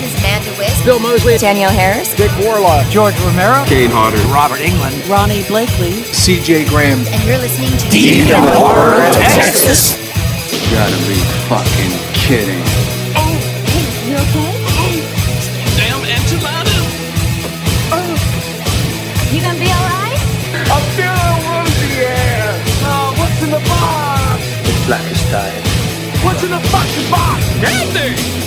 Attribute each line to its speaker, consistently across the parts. Speaker 1: DeWitt,
Speaker 2: Bill Mosley,
Speaker 1: Danielle Harris,
Speaker 2: Dick Warlock,
Speaker 3: George Romero,
Speaker 4: Kane Hodder,
Speaker 3: Robert England,
Speaker 5: Ronnie Blakely,
Speaker 4: CJ Graham.
Speaker 1: and you're listening to
Speaker 3: Texas.
Speaker 4: You gotta be fucking kidding.
Speaker 1: Oh, hey, you okay?
Speaker 6: Damn enchiladas!
Speaker 1: You gonna be alright?
Speaker 4: It's blackest time.
Speaker 6: Nothing!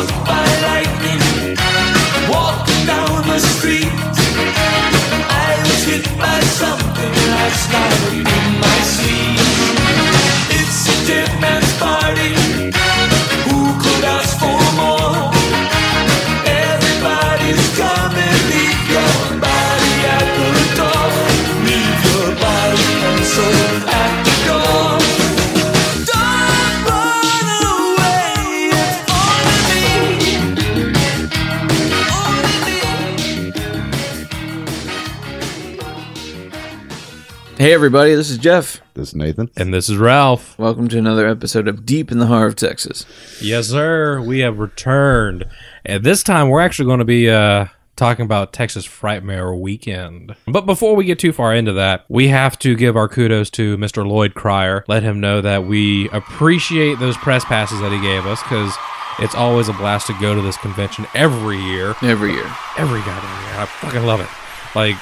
Speaker 7: By lightning, walking down the street. I was hit by something I started in my sleep. It's a dead man's party. Who could ask for more? Everybody's coming. Leave your body at the door. Leave your body and soul at the door. Don't run away. It's only me. Only me.
Speaker 8: Hey, everybody, this is Jeff.
Speaker 9: This is Nathan.
Speaker 10: And this is Ralph.
Speaker 8: Welcome to another episode of Deep in the Heart of Texas.
Speaker 10: Yes, sir. We have returned. And this time we're actually going to be uh, talking about Texas Frightmare Weekend. But before we get too far into that, we have to give our kudos to Mr. Lloyd Cryer. Let him know that we appreciate those press passes that he gave us because it's always a blast to go to this convention every year.
Speaker 8: Every year.
Speaker 10: Every goddamn year. I fucking love it. Like,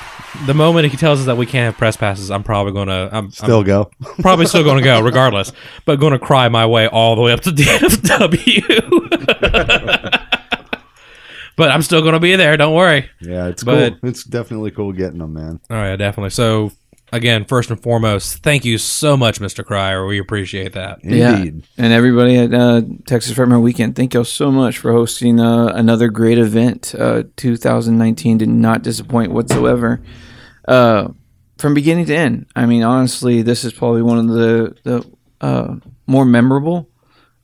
Speaker 10: the moment he tells us that we can't have press passes, I'm probably going to. I'm
Speaker 9: Still go.
Speaker 10: probably still going to go regardless, but going to cry my way all the way up to DFW. but I'm still going to be there. Don't worry.
Speaker 9: Yeah, it's
Speaker 10: But-
Speaker 9: cool. It's definitely cool getting them, man.
Speaker 10: All right, definitely. So again, first and foremost, thank you so much, Mr. Cryer. We appreciate that.
Speaker 9: Indeed.
Speaker 8: Yeah. And everybody at uh, Texas Frightmare Weekend, thank y'all so much for hosting uh, another great event. Uh, 2019 did not disappoint whatsoever. Uh, from beginning to end, I mean, honestly, this is probably one of the, the uh, more memorable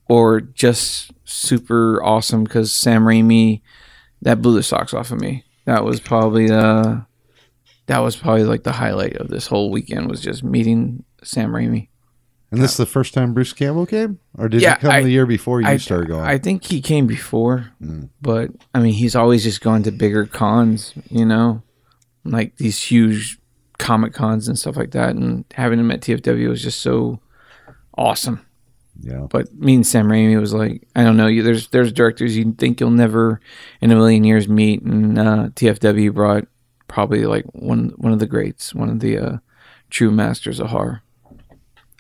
Speaker 8: or just super awesome because Sam Raimi, that blew the socks off of me. That was probably uh, that was probably like the highlight of this whole weekend was just meeting Sam Raimi.
Speaker 9: And this is the first time Bruce Campbell came, or did
Speaker 8: Yeah,
Speaker 9: he come
Speaker 8: I-
Speaker 9: the year before you
Speaker 8: I,
Speaker 9: started going?
Speaker 8: I think he came before, but I mean, he's always just gone to bigger cons, you know, like these huge comic cons and stuff like that. And having him at TFW was just so awesome.
Speaker 9: yeah,
Speaker 8: But me and Sam Raimi was like, I don't know, you, there's there's directors you think you'll never in a million years meet, and uh, TFW brought probably like one one of the greats, one of the uh, true masters of horror.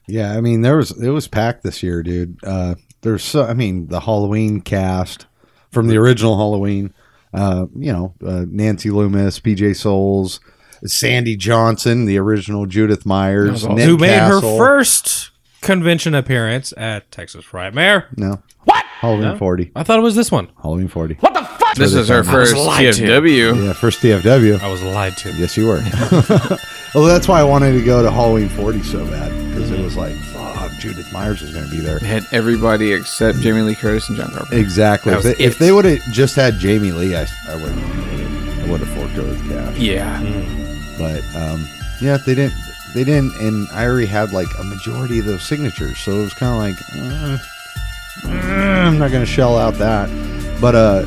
Speaker 9: yeah. I mean, there was it was packed this year, dude. Uh, there's so I mean, the Halloween cast from the original Halloween. Uh, you know, uh, Nancy Loomis, PJ Souls, Sandy Johnson, the original Judith Myers,
Speaker 8: awesome.
Speaker 9: Ned
Speaker 10: Who made her
Speaker 9: Castle.
Speaker 10: first convention appearance at Texas Frightmare?
Speaker 9: No. What? Halloween 40.
Speaker 10: I thought it was this one.
Speaker 9: Halloween 40. What?
Speaker 8: This is her first TFW.
Speaker 9: Yeah, first DFW.
Speaker 10: I was lied to.
Speaker 9: Yes, you were. well, that's why I wanted to go to Halloween 40 so bad because it was like, fuck, Judith Myers was going to be there.
Speaker 8: Had everybody except Jamie Lee Curtis and John Carpenter.
Speaker 9: Exactly. If
Speaker 8: was
Speaker 9: they,
Speaker 8: it.
Speaker 9: if they would have just had Jamie Lee, I, I would I would have forked over the cash.
Speaker 8: Yeah.
Speaker 9: But um, yeah, they didn't. They didn't, and I already had like a majority of those signatures, so it was kind of like, uh, I'm not going to shell out that. But uh,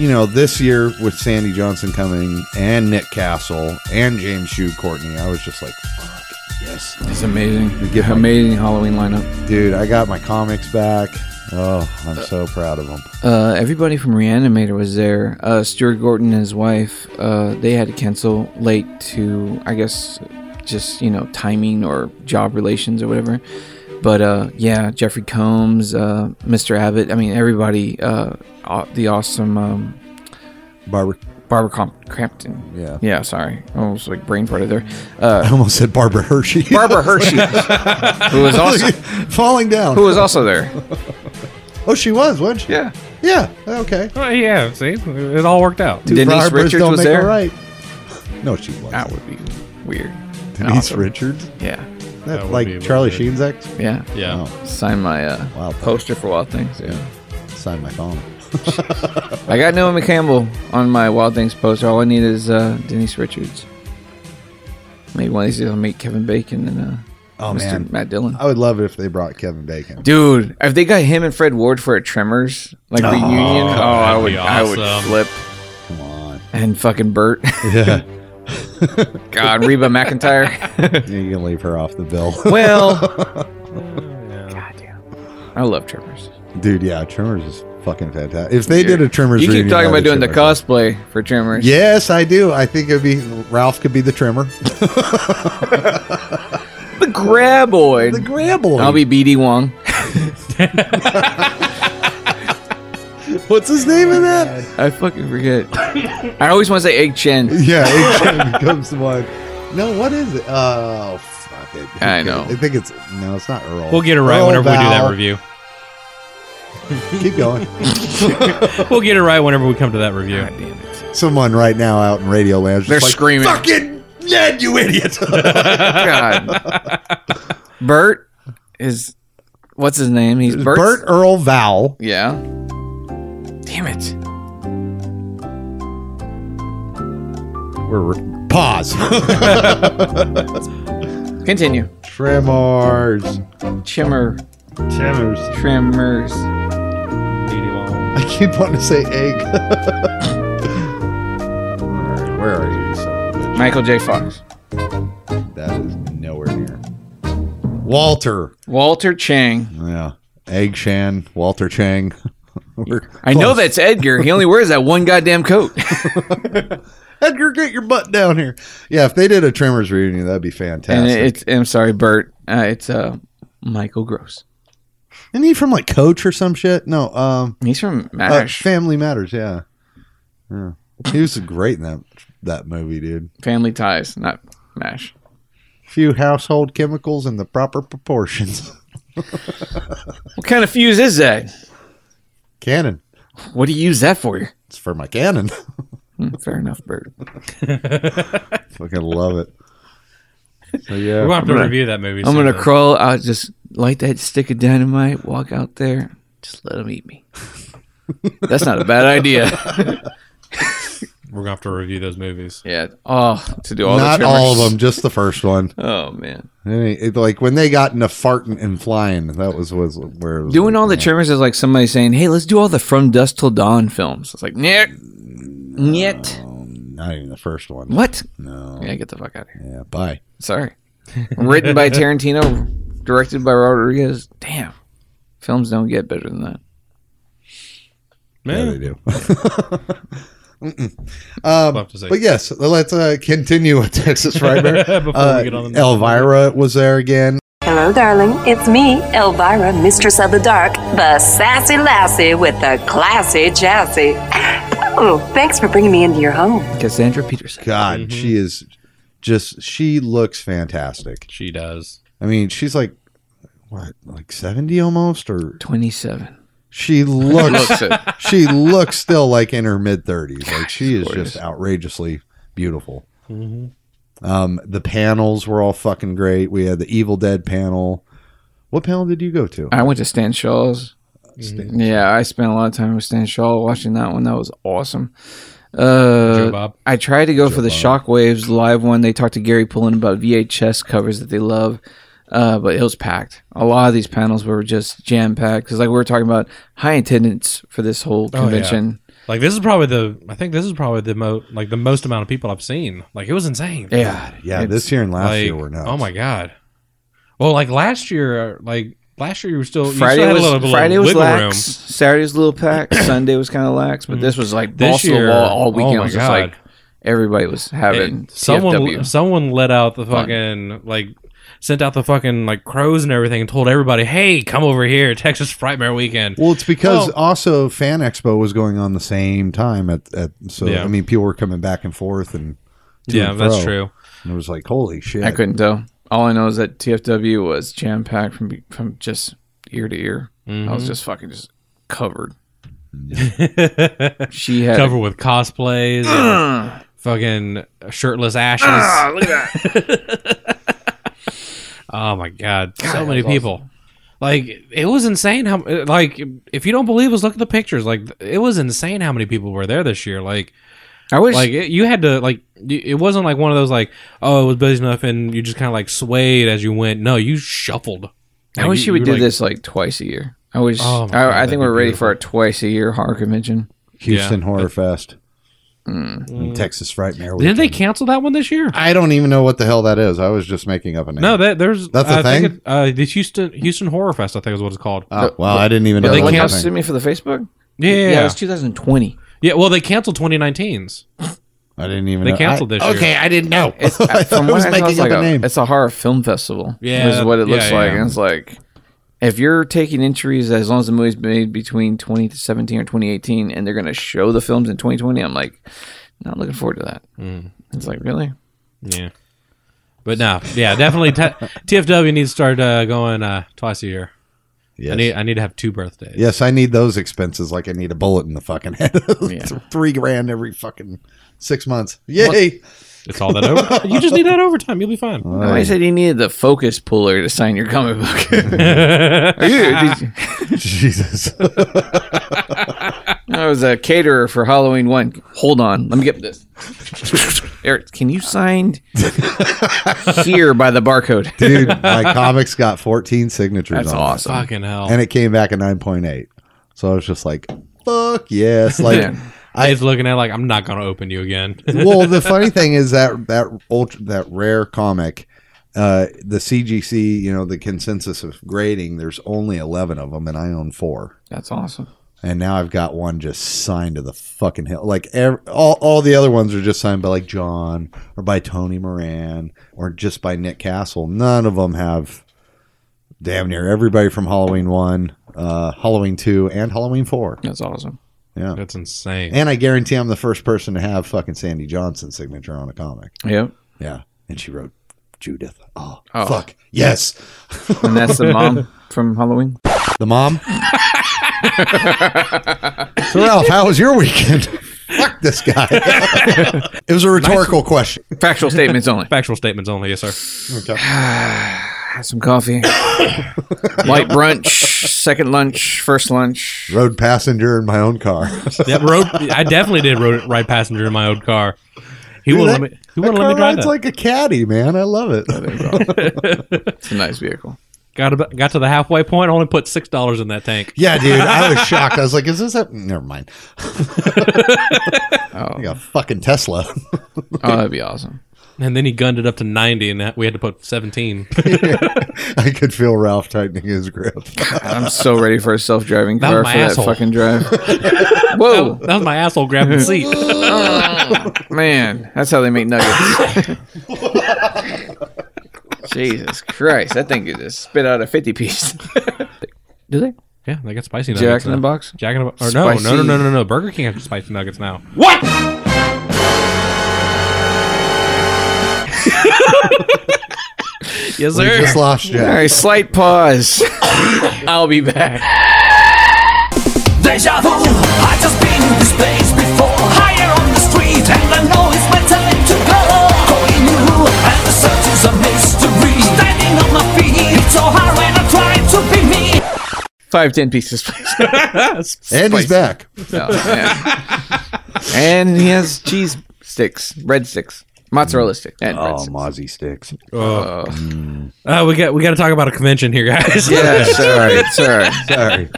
Speaker 9: you know, this year with Sandy Johnson coming and Nick Castle and James Shoe Courtney, I was just like, fuck yes,
Speaker 8: It's amazing.
Speaker 9: You get my-
Speaker 8: amazing Halloween lineup.
Speaker 9: dude! I got my comics back. Oh, I'm so proud of them.
Speaker 8: Uh, everybody from Reanimator was there. Uh, Stuart Gordon and his wife, uh, they had to cancel late to, I guess, just, you know, timing or job relations or whatever. But uh, yeah, Jeffrey Combs, uh, Mr. Abbott, I mean, everybody, uh, aw- the awesome um,
Speaker 9: Barbara,
Speaker 8: Barbara Comp- Crampton.
Speaker 9: Yeah.
Speaker 8: Yeah, sorry. I was like brain farted there. Uh,
Speaker 9: I almost said Barbara Hershey.
Speaker 8: Barbara Hershey, who was also
Speaker 9: falling down.
Speaker 8: who was also there.
Speaker 9: Oh, she was, wasn't she?
Speaker 8: Yeah.
Speaker 9: Yeah. Okay.
Speaker 10: Oh, yeah, see, it all worked out.
Speaker 9: Two
Speaker 8: Denise
Speaker 9: Barbers
Speaker 8: Richards
Speaker 9: don't
Speaker 8: was
Speaker 9: make it
Speaker 8: there?
Speaker 9: Right. No, she wasn't.
Speaker 8: That would be weird.
Speaker 9: Denise
Speaker 8: Awesome.
Speaker 9: Richards.
Speaker 8: Yeah.
Speaker 9: That,
Speaker 10: That would be
Speaker 9: like Charlie
Speaker 10: weird.
Speaker 9: Sheen's ex.
Speaker 8: Yeah.
Speaker 10: Yeah.
Speaker 9: Oh,
Speaker 8: Sign my uh,
Speaker 9: Wild Thing.
Speaker 8: poster for Wild Things. Yeah.
Speaker 9: sign my phone.
Speaker 8: I got Naomi Campbell on my Wild Things poster. All I need is uh, Denise Richards. Maybe one of these days I'll meet Kevin Bacon and uh,
Speaker 9: Oh
Speaker 8: Mr.
Speaker 9: man, Uh,
Speaker 8: Matt Dillon.
Speaker 9: I would love it if they brought Kevin Bacon.
Speaker 8: Dude, if they got him and Fred Ward for a Tremors like reunion, oh, I
Speaker 10: that'd
Speaker 8: would,
Speaker 10: be
Speaker 8: I would
Speaker 10: awesome.
Speaker 8: flip.
Speaker 9: Come on.
Speaker 8: And fucking Bert,
Speaker 9: Yeah.
Speaker 8: God, Reba McIntyre.
Speaker 9: You can leave her off the bill.
Speaker 8: well, goddamn, I love Tremors.
Speaker 9: Dude, yeah, Tremors is fucking fantastic. If they did a
Speaker 8: You're-
Speaker 9: Tremors
Speaker 8: You keep
Speaker 9: reunion,
Speaker 8: talking
Speaker 9: that'd
Speaker 8: about doing
Speaker 9: be
Speaker 8: the
Speaker 9: Tremors.
Speaker 8: cosplay for Tremors.
Speaker 9: Yes, I do. I think it'd be Ralph could be the trimmer.
Speaker 8: the Graboid.
Speaker 9: the Graboid.
Speaker 8: I'll be BD Wong.
Speaker 9: What's his name in that?
Speaker 8: I fucking forget. I always want to say Egg Chen.
Speaker 9: Yeah, it comes to mind. No, what is it? Oh, fuck it.
Speaker 8: I
Speaker 9: Okay,
Speaker 8: know.
Speaker 9: I think it's no, it's not Earl.
Speaker 10: We'll get it right
Speaker 9: Earl
Speaker 10: whenever we do
Speaker 9: Val.
Speaker 10: that review.
Speaker 9: Keep going.
Speaker 10: We'll get it right whenever we come to that review.
Speaker 8: God damn it.
Speaker 9: Someone right now out in Radio Land.
Speaker 8: They're screaming.
Speaker 9: Fucking yeah, you idiot.
Speaker 8: God. Bert is. What's his name? He's Bert.
Speaker 9: Bert Earl Val.
Speaker 8: Yeah. Damn it.
Speaker 9: We're pause.
Speaker 8: Continue.
Speaker 9: Tremors.
Speaker 8: Chimmer.
Speaker 9: Tremors.
Speaker 8: Tremors.
Speaker 9: I keep wanting to say egg. All right, where are you, son of a bitch?
Speaker 8: Michael J. Fox.
Speaker 9: That is nowhere near. Walter.
Speaker 8: Walter Chang.
Speaker 9: Yeah. Egg Shan, Walter Chang. We're
Speaker 8: I know
Speaker 9: close.
Speaker 8: that's Edgar. He only wears that one goddamn coat.
Speaker 9: Edgar, get your butt down here. Yeah, if they did a Tremors reunion, that'd be
Speaker 8: and
Speaker 9: fantastic.
Speaker 8: it's. I'm sorry, Bert. Uh, it's uh, Michael Gross.
Speaker 9: Isn't he from like Coach or some shit? No, um,
Speaker 8: He's from
Speaker 9: uh,
Speaker 8: MASH.
Speaker 9: Family Matters. Yeah, yeah. He was great in that that movie, dude.
Speaker 8: Family Ties, not MASH.
Speaker 9: Few household chemicals in the proper proportions.
Speaker 8: What kind of fuse is that?
Speaker 9: Cannon.
Speaker 8: What do you use that for?
Speaker 9: It's for my cannon.
Speaker 8: Hmm, Fair enough, Bert.
Speaker 9: Fucking love it. So
Speaker 10: We're
Speaker 9: yeah,
Speaker 10: going to have to review that movie.
Speaker 8: I'm gonna
Speaker 10: sometime.
Speaker 8: crawl out, just light that stick of dynamite, walk out there, just let them eat me. That's not a bad idea.
Speaker 10: We're going to have to review those movies.
Speaker 8: Yeah. Oh, to do all the
Speaker 9: not
Speaker 8: trimmers.
Speaker 9: all of them, just the first one.
Speaker 8: Oh man,
Speaker 9: Any- it- like when they got into farting and flying, that was was where it was
Speaker 8: doing
Speaker 9: like,
Speaker 8: all the
Speaker 9: man.
Speaker 8: trimmers is like somebody saying, "Hey, let's do all the From Dusk Till Dawn films." It's like, nyet, nyet.
Speaker 9: Not even the first one.
Speaker 8: What?
Speaker 9: No.
Speaker 8: Yeah, get the fuck out of here.
Speaker 9: Yeah. Bye.
Speaker 8: Sorry. Written by Tarantino, directed by Rodriguez. Damn, films don't get better than that.
Speaker 9: Yeah,
Speaker 10: Man,
Speaker 9: they do.
Speaker 10: I'll have to say.
Speaker 9: Um, But yes, let's uh, continue with Texas Frightmare.
Speaker 10: Before
Speaker 9: uh,
Speaker 10: we get on the
Speaker 9: Elvira was there again.
Speaker 2: Hello, darling. It's me, Elvira, Mistress of the Dark, the sassy lassie with the classy chassis. Oh, thanks for bringing me into your home.
Speaker 8: Cassandra Peterson.
Speaker 9: God,
Speaker 10: Mm-hmm.
Speaker 9: she is just she looks fantastic.
Speaker 10: She does.
Speaker 9: I mean, she's like what, like seventy almost, or
Speaker 8: 27.
Speaker 9: she looks
Speaker 8: Looks it.
Speaker 9: she looks still like in her mid thirties. Like she is just outrageously beautiful.
Speaker 10: Mm-hmm.
Speaker 9: Um, the panels were all fucking great. We had the Evil Dead panel. What panel did you go to?
Speaker 8: I went to Stan Shaw's.
Speaker 10: Mm-hmm.
Speaker 8: Yeah, I spent a lot of time with Stan Shaw watching that one. That was awesome.
Speaker 10: Joe
Speaker 8: Uh,
Speaker 10: Bob.
Speaker 8: I tried to go for the Shockwaves live one. They talked to Gary Pullen about VHS covers that they love. Uh, but it was packed. A lot of these panels were just jam packed because, like, we were talking about high attendance for this whole
Speaker 10: Oh, yeah.
Speaker 8: convention.
Speaker 10: Like this is probably the I think this is probably the mo like the most amount of people I've seen. Like it was insane.
Speaker 8: yeah.
Speaker 9: Yeah,
Speaker 8: It's-
Speaker 9: this year and last
Speaker 10: like,
Speaker 9: year were nuts.
Speaker 10: Oh my god. Well, like last year, like last year you were still you still
Speaker 8: Friday
Speaker 10: had
Speaker 8: was
Speaker 10: a little, little
Speaker 8: Friday was
Speaker 10: wiggle
Speaker 8: lax.
Speaker 10: room. Mm.
Speaker 8: Saturday was a little packed. Sunday was kind of lax, but this was like
Speaker 10: This
Speaker 8: balls to the
Speaker 10: year-
Speaker 8: wall all weekend.
Speaker 10: oh my
Speaker 8: it was just
Speaker 10: God.
Speaker 8: like everybody was having
Speaker 10: Hey, someone
Speaker 8: TFW.
Speaker 10: someone let out the fucking like sent out the fucking like crows and everything and told everybody, "Hey, come over here, Texas Frightmare Weekend."
Speaker 9: Well, it's because
Speaker 10: Well-
Speaker 9: also Fan Expo was going on the same time at, at so
Speaker 10: Yeah.
Speaker 9: I mean people were coming back and forth and to
Speaker 10: yeah,
Speaker 9: and
Speaker 10: that's
Speaker 9: fro.
Speaker 10: true.
Speaker 9: And it was like holy shit.
Speaker 8: I couldn't tell. All I know is that TFW was jam packed from from just ear to ear. I
Speaker 10: Mm-hmm.
Speaker 8: was just fucking just covered. she had
Speaker 10: Covered with cosplays, and fucking shirtless ashes. Ah, look at that. oh my god, so many people. Like it was insane how like if you don't believe us, look at the pictures. Like it was insane how many people were there this year. Like
Speaker 8: I wish
Speaker 10: like it, you had to like y- it wasn't like one of those like oh it was busy enough and you just kind of like swayed as you went no you shuffled
Speaker 8: I wish you would do this like twice a year. I wish
Speaker 10: Oh my God,
Speaker 8: I, I
Speaker 10: that'd
Speaker 8: think
Speaker 10: be
Speaker 8: we're ready for a twice a year horror convention.
Speaker 9: Houston
Speaker 10: Yeah. Hmm.
Speaker 9: Horror Fest. And Texas Frightmare.
Speaker 10: did
Speaker 9: Weekend.
Speaker 10: they cancel that one this year
Speaker 9: I don't even know what the hell that is. I was just making up a name.
Speaker 10: no that there's
Speaker 9: That's a
Speaker 10: I think
Speaker 9: thing?
Speaker 10: it- uh the houston houston horror fest i think is what it's called
Speaker 9: Oh, well, I didn't even
Speaker 10: But
Speaker 9: know.
Speaker 10: they
Speaker 9: that was a
Speaker 10: can't-
Speaker 9: thing.
Speaker 8: Send me for the Facebook.
Speaker 10: yeah yeah,
Speaker 8: it
Speaker 10: yeah.
Speaker 8: was 2020.
Speaker 10: Yeah, well they canceled 2019's
Speaker 9: I didn't even.
Speaker 10: they
Speaker 9: know.
Speaker 10: canceled
Speaker 9: I,
Speaker 10: this year okay
Speaker 9: I didn't know.
Speaker 8: It's,
Speaker 9: I
Speaker 8: from
Speaker 9: was
Speaker 8: what I saw, it's
Speaker 9: making up
Speaker 8: like
Speaker 9: a name.
Speaker 8: It's a horror film festival.
Speaker 10: Yeah,
Speaker 8: is what it
Speaker 10: yeah,
Speaker 8: looks
Speaker 10: yeah,
Speaker 8: like.
Speaker 10: yeah.
Speaker 8: And it's like if you're taking entries as long as the movie's made between 2017 or 2018, and they're going to show the films in 2020, I'm like, not looking forward to that.
Speaker 10: Mm.
Speaker 8: It's like really.
Speaker 10: yeah but no yeah definitely t- tfw needs to start uh, going uh, twice a year
Speaker 9: Yes.
Speaker 10: i need i need to have two birthdays
Speaker 9: Yes, I need those expenses. Like I need a bullet in the fucking head. Three grand every fucking six months. Yay!
Speaker 10: it's all that over you just need that overtime you'll be fine
Speaker 8: I said you needed the focus puller to sign your comic book. Are you- did you-
Speaker 9: Jesus.
Speaker 8: I was a caterer for Halloween one. Hold on, let me get this. Eric, can you sign here by the barcode?
Speaker 9: Dude, my comics got 14 signatures.
Speaker 8: That's
Speaker 9: on it.
Speaker 8: awesome.
Speaker 10: fucking hell
Speaker 9: And it came back a 9.8. So I was just like, fuck yes. Like,
Speaker 8: Yeah.
Speaker 10: Dave's looking at it like I'm not gonna open you again.
Speaker 9: well, the funny thing is that that ultra, that rare comic, uh, the CGC, you know, the consensus of grading, there's only 11 of them, and I own four.
Speaker 8: That's awesome.
Speaker 9: and now I've got one just signed to the fucking hill. Like ev all, all the other ones are just signed by like John or by Tony Moran or just by Nick Castle. None of them have damn near everybody from Halloween one, uh, Halloween two, and Halloween four.
Speaker 8: That's awesome.
Speaker 9: Yeah,
Speaker 10: That's insane.
Speaker 9: and I guarantee I'm the first person to have fucking Sandy Johnson's signature on a comic.
Speaker 8: Yep.
Speaker 9: Yeah, and she wrote Judith. Oh,
Speaker 8: Oh.
Speaker 9: fuck yes,
Speaker 8: And that's the mom from Halloween.
Speaker 9: the mom. so Ralph, how was your weekend? Fuck this guy. it was a rhetorical question.
Speaker 8: Factual statements only.
Speaker 10: Factual statements only, yes, sir.
Speaker 8: Have some coffee. Light brunch, second lunch, first lunch.
Speaker 9: Road passenger in my own car.
Speaker 10: That road, I definitely did road ride passenger in my old car. He
Speaker 9: Dude,
Speaker 10: wouldn't
Speaker 9: that-
Speaker 10: let me. He wouldn't
Speaker 9: that
Speaker 10: let me
Speaker 9: car
Speaker 10: drive
Speaker 9: rides
Speaker 10: that.
Speaker 9: like a caddy, man. I love it.
Speaker 8: It's a nice vehicle.
Speaker 10: got about, got to the halfway point. Only put six dollars in that tank.
Speaker 9: yeah, dude. I was shocked. I was like, "Is this a?" Never mind. I got a fucking Tesla.
Speaker 8: Oh, that'd be awesome.
Speaker 10: And then he gunned it up to ninety, and that, we had to put seventeen.
Speaker 9: I could feel Ralph tightening his grip.
Speaker 8: I'm so ready for a self-driving
Speaker 10: That
Speaker 8: car
Speaker 10: was my
Speaker 8: for that
Speaker 10: asshole.
Speaker 8: fucking drive. Whoa,
Speaker 10: that was my asshole grabbing the seat.
Speaker 8: man, that's how they make nuggets. Jesus Christ, that thing could just spit out a fifty-piece. Do they?
Speaker 10: yeah, they got spicy nuggets.
Speaker 8: Jack in the
Speaker 10: now.
Speaker 8: box.
Speaker 10: Jack in the box. Or no, no, no,
Speaker 8: Spicy.
Speaker 10: no, no, no. Burger King has spicy nuggets now. What? yes,
Speaker 9: We
Speaker 10: sir.
Speaker 9: just lost
Speaker 8: All
Speaker 9: Jack.
Speaker 8: right, slight pause. I'll be back.
Speaker 7: Deja vu, I just been this place before. Higher on the street, and I know it's my time to go. Going new, and the search is a mystery. Standing on my feet, it's so hard when I try to be me.
Speaker 8: Five ten pieces, please.
Speaker 9: And he's back.
Speaker 8: Oh, man. and he has cheese sticks, breadsticks. Mozzarella stick. And
Speaker 9: Oh,
Speaker 8: breadsticks.
Speaker 9: mozzie sticks.
Speaker 10: Uh, we got we got to talk about a convention here, guys.
Speaker 8: Yeah, sorry, sorry.
Speaker 9: Sorry.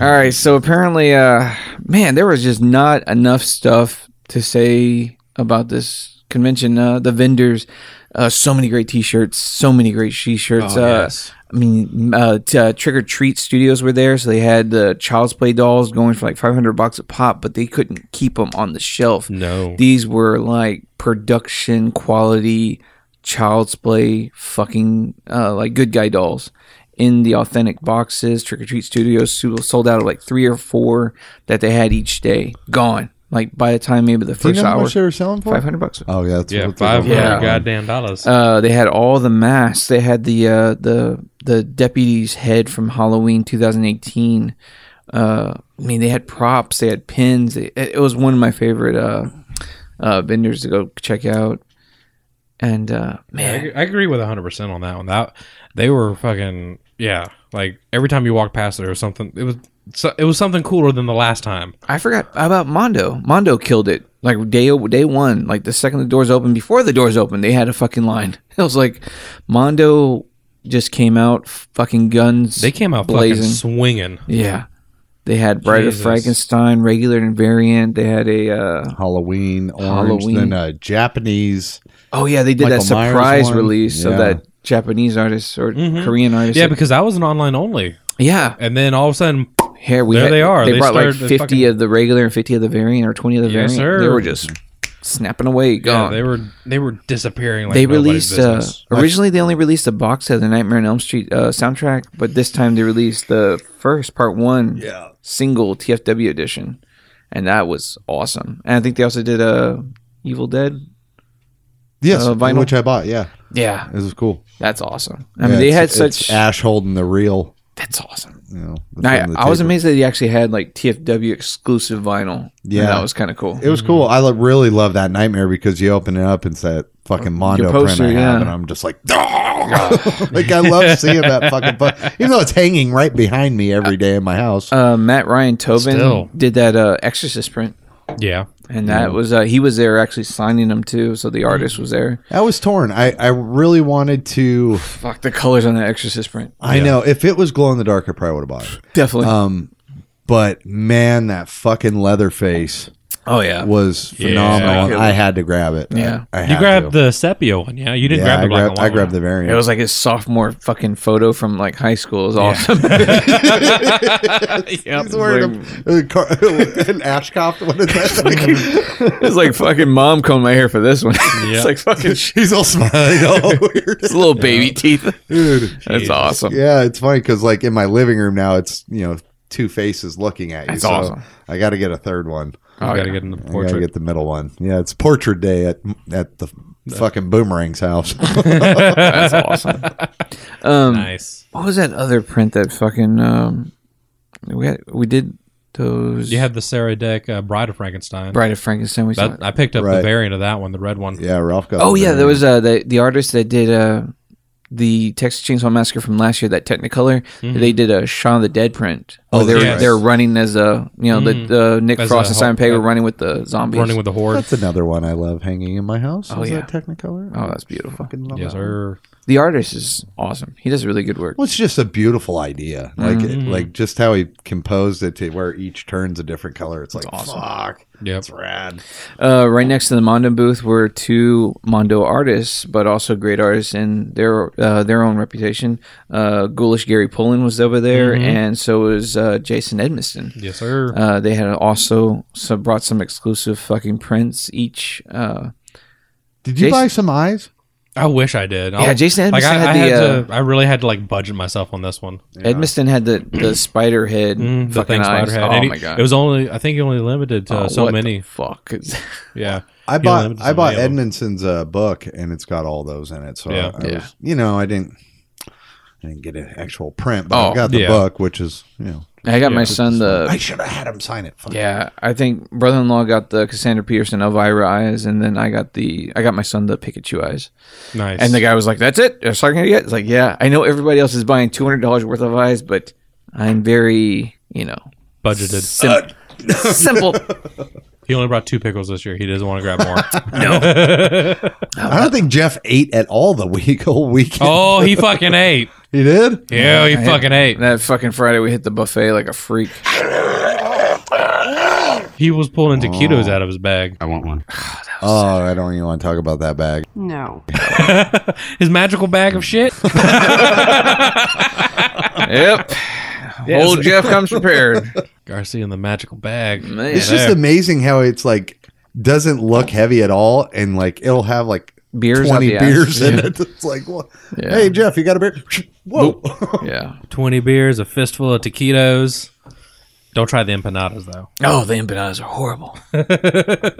Speaker 8: All right, so apparently, uh, man, there was just not enough stuff to say about this convention. Uh, the vendors, uh, so many great T-shirts, so many great T-shirts. uh, I mean, uh, t- uh, Trick or Treat Studios were there, so they had the Child's Play dolls going for like five hundred bucks a pop, but they couldn't keep them on the shelf.
Speaker 10: No.
Speaker 8: these were like production quality Child's Play fucking uh, like good guy dolls in the authentic boxes. Trick or Treat Studios so- sold out of like three or four that they had each day. Gone. Like by the time maybe the
Speaker 9: Do you
Speaker 8: first
Speaker 9: know how
Speaker 8: hour,
Speaker 9: much they were selling for?
Speaker 8: five hundred bucks.
Speaker 9: Oh, yeah. That's
Speaker 10: Yeah,
Speaker 9: what they're
Speaker 10: five hundred
Speaker 9: going for.
Speaker 8: Yeah.
Speaker 10: goddamn dollars.
Speaker 8: Uh, they had all the masks. They had the uh, the the deputy's head from Halloween 2018. Uh, I mean, they had props. They had pins. They, it it was one of my favorite uh, uh, vendors to go check out. And uh,
Speaker 10: I,
Speaker 8: man,
Speaker 10: agree- I agree with 100 percent on that one. That they were fucking yeah. Like every time you walked past there was something. It was so, it was something cooler than the last time.
Speaker 8: I forgot about Mondo. Mondo killed it. Like day day one, like the second the doors open, before the doors open, they had a fucking line. It was like Mondo just came out fucking guns.
Speaker 10: They came out
Speaker 8: blazing.
Speaker 10: fucking swinging.
Speaker 8: Yeah. They had Bride
Speaker 10: Jesus.
Speaker 8: of Frankenstein, regular and variant. They had a uh,
Speaker 9: Halloween, orange,
Speaker 8: Halloween.
Speaker 9: then a Japanese.
Speaker 8: oh yeah, they did that
Speaker 9: Michael Myers
Speaker 8: surprise
Speaker 9: one.
Speaker 8: release
Speaker 9: Yeah.
Speaker 8: of that Japanese artist or Korean artist.
Speaker 10: Mm-hmm. Yeah, because I was an online only,
Speaker 8: yeah,
Speaker 10: and then all of a sudden,
Speaker 8: here we
Speaker 10: There
Speaker 8: had-
Speaker 10: they are.
Speaker 8: They,
Speaker 10: They
Speaker 8: brought like
Speaker 10: started the
Speaker 8: fifty
Speaker 10: fucking-
Speaker 8: of the regular and fifty of the variant or twenty of the
Speaker 10: Yes,
Speaker 8: variant. They
Speaker 10: sir.
Speaker 8: were just snapping away,
Speaker 10: yeah,
Speaker 8: gone.
Speaker 10: they were they were disappearing. Like
Speaker 8: they
Speaker 10: nobody's
Speaker 8: released uh,
Speaker 10: business.
Speaker 8: originally they only released a box set of the Nightmare on Elm Street uh, soundtrack, but this time they released the first part one single TFW edition, and that was awesome. And I think they also did a uh, Evil Dead.
Speaker 9: Yes,
Speaker 8: Uh, vinyl?
Speaker 9: which I bought. Yeah,
Speaker 8: Yeah,
Speaker 9: this is cool.
Speaker 8: that's awesome. I
Speaker 9: Yeah,
Speaker 8: mean, they
Speaker 9: it's-
Speaker 8: had
Speaker 9: it's
Speaker 8: such
Speaker 9: Ash holding the reel.
Speaker 8: that's awesome.
Speaker 9: You know, the
Speaker 8: I,
Speaker 9: thing, the
Speaker 8: I was
Speaker 9: taper.
Speaker 8: amazed that they actually had like TFW exclusive vinyl. Yeah,
Speaker 9: Yeah.
Speaker 8: that was kind of cool.
Speaker 9: It was cool. I lo- really love that nightmare because you open it up and it's that fucking Mondo
Speaker 8: poster,
Speaker 9: print I have,
Speaker 8: yeah.
Speaker 9: and I'm just like, like I love seeing that fucking, fu- even though it's hanging right behind me every day in my house.
Speaker 8: uh, Matt Ryan Tobin
Speaker 10: Still.
Speaker 8: did that uh, Exorcist print,
Speaker 10: yeah,
Speaker 8: and that was uh, he was there actually signing them too. So the artist was there.
Speaker 9: I was torn. I I really wanted to.
Speaker 8: Fuck the colors on that Exorcist print.
Speaker 9: I know if it was glow in the dark, I probably would have bought it.
Speaker 8: Definitely.
Speaker 9: Um, But man, that fucking leather face
Speaker 8: oh yeah.
Speaker 9: was phenomenal. and I had to grab it.
Speaker 8: Yeah.
Speaker 9: I, I
Speaker 10: you
Speaker 9: had
Speaker 10: grabbed
Speaker 9: to.
Speaker 10: the sepia one. Yeah, you didn't
Speaker 9: yeah,
Speaker 10: grab
Speaker 9: I
Speaker 10: the black
Speaker 9: grabbed,
Speaker 10: and white
Speaker 9: I grabbed the
Speaker 10: one.
Speaker 9: variant.
Speaker 8: It was like his sophomore fucking photo from like high school. It was awesome.
Speaker 10: Yep.
Speaker 9: He's wearing a, a car, an Ashcroft. What is that?
Speaker 8: it's like fucking mom combed my hair for this one. it's like fucking sh-
Speaker 9: He's all smiling, all weird.
Speaker 8: it's little baby teeth.
Speaker 9: Dude.
Speaker 8: That's awesome.
Speaker 9: Yeah, it's funny because like in my living room now, it's you know two faces looking at you.
Speaker 8: That's awesome.
Speaker 9: I got to get a third one.
Speaker 8: Oh,
Speaker 10: I gotta get in the
Speaker 9: I got to
Speaker 10: portrait.
Speaker 9: get the middle one. Yeah, it's portrait day at at the fucking boomerang's house.
Speaker 8: That's awesome.
Speaker 10: nice.
Speaker 8: What was that other print that fucking um we had, we did those
Speaker 10: You had the Sarah Deck uh, Bride of Frankenstein.
Speaker 8: Bride of Frankenstein we saw.
Speaker 10: That, Mm-hmm. I picked up the
Speaker 9: Right.
Speaker 10: variant of that one, the red one.
Speaker 9: yeah, Ralph got.
Speaker 8: oh
Speaker 9: the
Speaker 8: yeah, there
Speaker 9: variant.
Speaker 8: was uh the, the artist that did uh the Texas Chainsaw Massacre from last year, that Technicolor,
Speaker 10: Mm-hmm.
Speaker 8: they did a Shaun of the Dead print. Oh, they were
Speaker 10: yes.
Speaker 8: they were running as a you know the uh, Nick
Speaker 10: Mm-hmm. As
Speaker 8: Frost
Speaker 10: a
Speaker 8: and Simon
Speaker 10: whole-
Speaker 8: Pegg were running with the zombies.
Speaker 10: Running with the horde.
Speaker 9: That's another one I love hanging in my house.
Speaker 8: Oh,
Speaker 9: Is
Speaker 8: yeah.
Speaker 9: that Technicolor.
Speaker 8: oh, that's beautiful.
Speaker 9: fucking love
Speaker 10: Yes,
Speaker 9: that.
Speaker 10: sir.
Speaker 8: The artist is awesome. He does really good work.
Speaker 9: Well, it's just a beautiful idea, like it, like just how he composed it to where each turn's a different color. It's like fuck,
Speaker 10: Yep.
Speaker 9: it's rad.
Speaker 8: Uh, right next to the Mondo booth were two Mondo artists, but also great artists in their uh, their own reputation. Uh, Ghoulish Gary Pullen was over there,
Speaker 10: Mm-hmm.
Speaker 8: and so was uh, Jason Edmiston.
Speaker 10: Yes, sir.
Speaker 8: Uh, they had also some, brought some exclusive fucking prints each. Uh,
Speaker 9: Did you
Speaker 8: Jason-
Speaker 9: buy some eyes?
Speaker 10: I wish I did.
Speaker 8: Yeah, Jason
Speaker 10: Like
Speaker 8: Edmiston
Speaker 10: I,
Speaker 8: had
Speaker 10: I
Speaker 8: the,
Speaker 10: had
Speaker 8: uh,
Speaker 10: to. I really had to like budget myself on this one.
Speaker 8: Edmiston had the, the spider head
Speaker 10: Mm, the
Speaker 8: fucking
Speaker 10: thing
Speaker 8: eyes.
Speaker 10: Spider had.
Speaker 8: Oh
Speaker 10: And he-
Speaker 8: my god!
Speaker 10: It was only. I think it only limited to
Speaker 8: Oh,
Speaker 10: so
Speaker 8: what the
Speaker 10: many.
Speaker 8: fuck.
Speaker 10: Yeah.
Speaker 9: I
Speaker 10: He only
Speaker 9: bought
Speaker 10: limited so
Speaker 9: I bought
Speaker 10: many of them.
Speaker 9: Edmondson's uh, book, and it's got all those in it. So
Speaker 10: Yeah.
Speaker 9: I, I
Speaker 8: Yeah.
Speaker 9: was, you know, I didn't I didn't get an actual print, but
Speaker 8: Oh,
Speaker 9: I got the
Speaker 10: yeah.
Speaker 9: book, which is you know,
Speaker 8: I got my son the
Speaker 9: I should have had him sign it. Fuck.
Speaker 8: Uh, Yeah, I think brother-in-law got the Cassandra Peterson Elvira eyes, and then I got the I got my son the Pikachu eyes.
Speaker 10: Nice.
Speaker 8: And the guy was like, "That's it. That's all I'm gonna get." It's like, yeah, I know everybody else is buying two hundred dollars worth of eyes, but I'm very, you know,
Speaker 10: budgeted.
Speaker 8: sim- simple.
Speaker 10: He He only brought two pickles this year. He doesn't want to grab more.
Speaker 9: I don't think Jeff ate at all the week whole weekend.
Speaker 10: oh, he fucking ate.
Speaker 9: He did?
Speaker 10: Yeah, he fucking ate.
Speaker 8: That fucking Friday we hit the buffet like a freak.
Speaker 10: He was pulling taquitos out of his bag.
Speaker 3: I want one.
Speaker 9: Oh, I don't even want to talk about that bag.
Speaker 2: No.
Speaker 10: His magical bag of shit.
Speaker 8: Yep. Old Jeff comes prepared.
Speaker 10: Garcia in the magical bag.
Speaker 8: Man.
Speaker 9: It's just
Speaker 10: there.
Speaker 9: amazing how it's like doesn't look heavy at all, and like it'll have like
Speaker 8: Beers up
Speaker 9: twenty
Speaker 8: the ass.
Speaker 9: beers in it. It's like, well,
Speaker 8: Yeah.
Speaker 9: hey Jeff, you got a beer? Whoa!
Speaker 8: Yeah.
Speaker 10: Twenty beers, a fistful of taquitos. Don't try the empanadas though.
Speaker 8: Oh, the empanadas are horrible.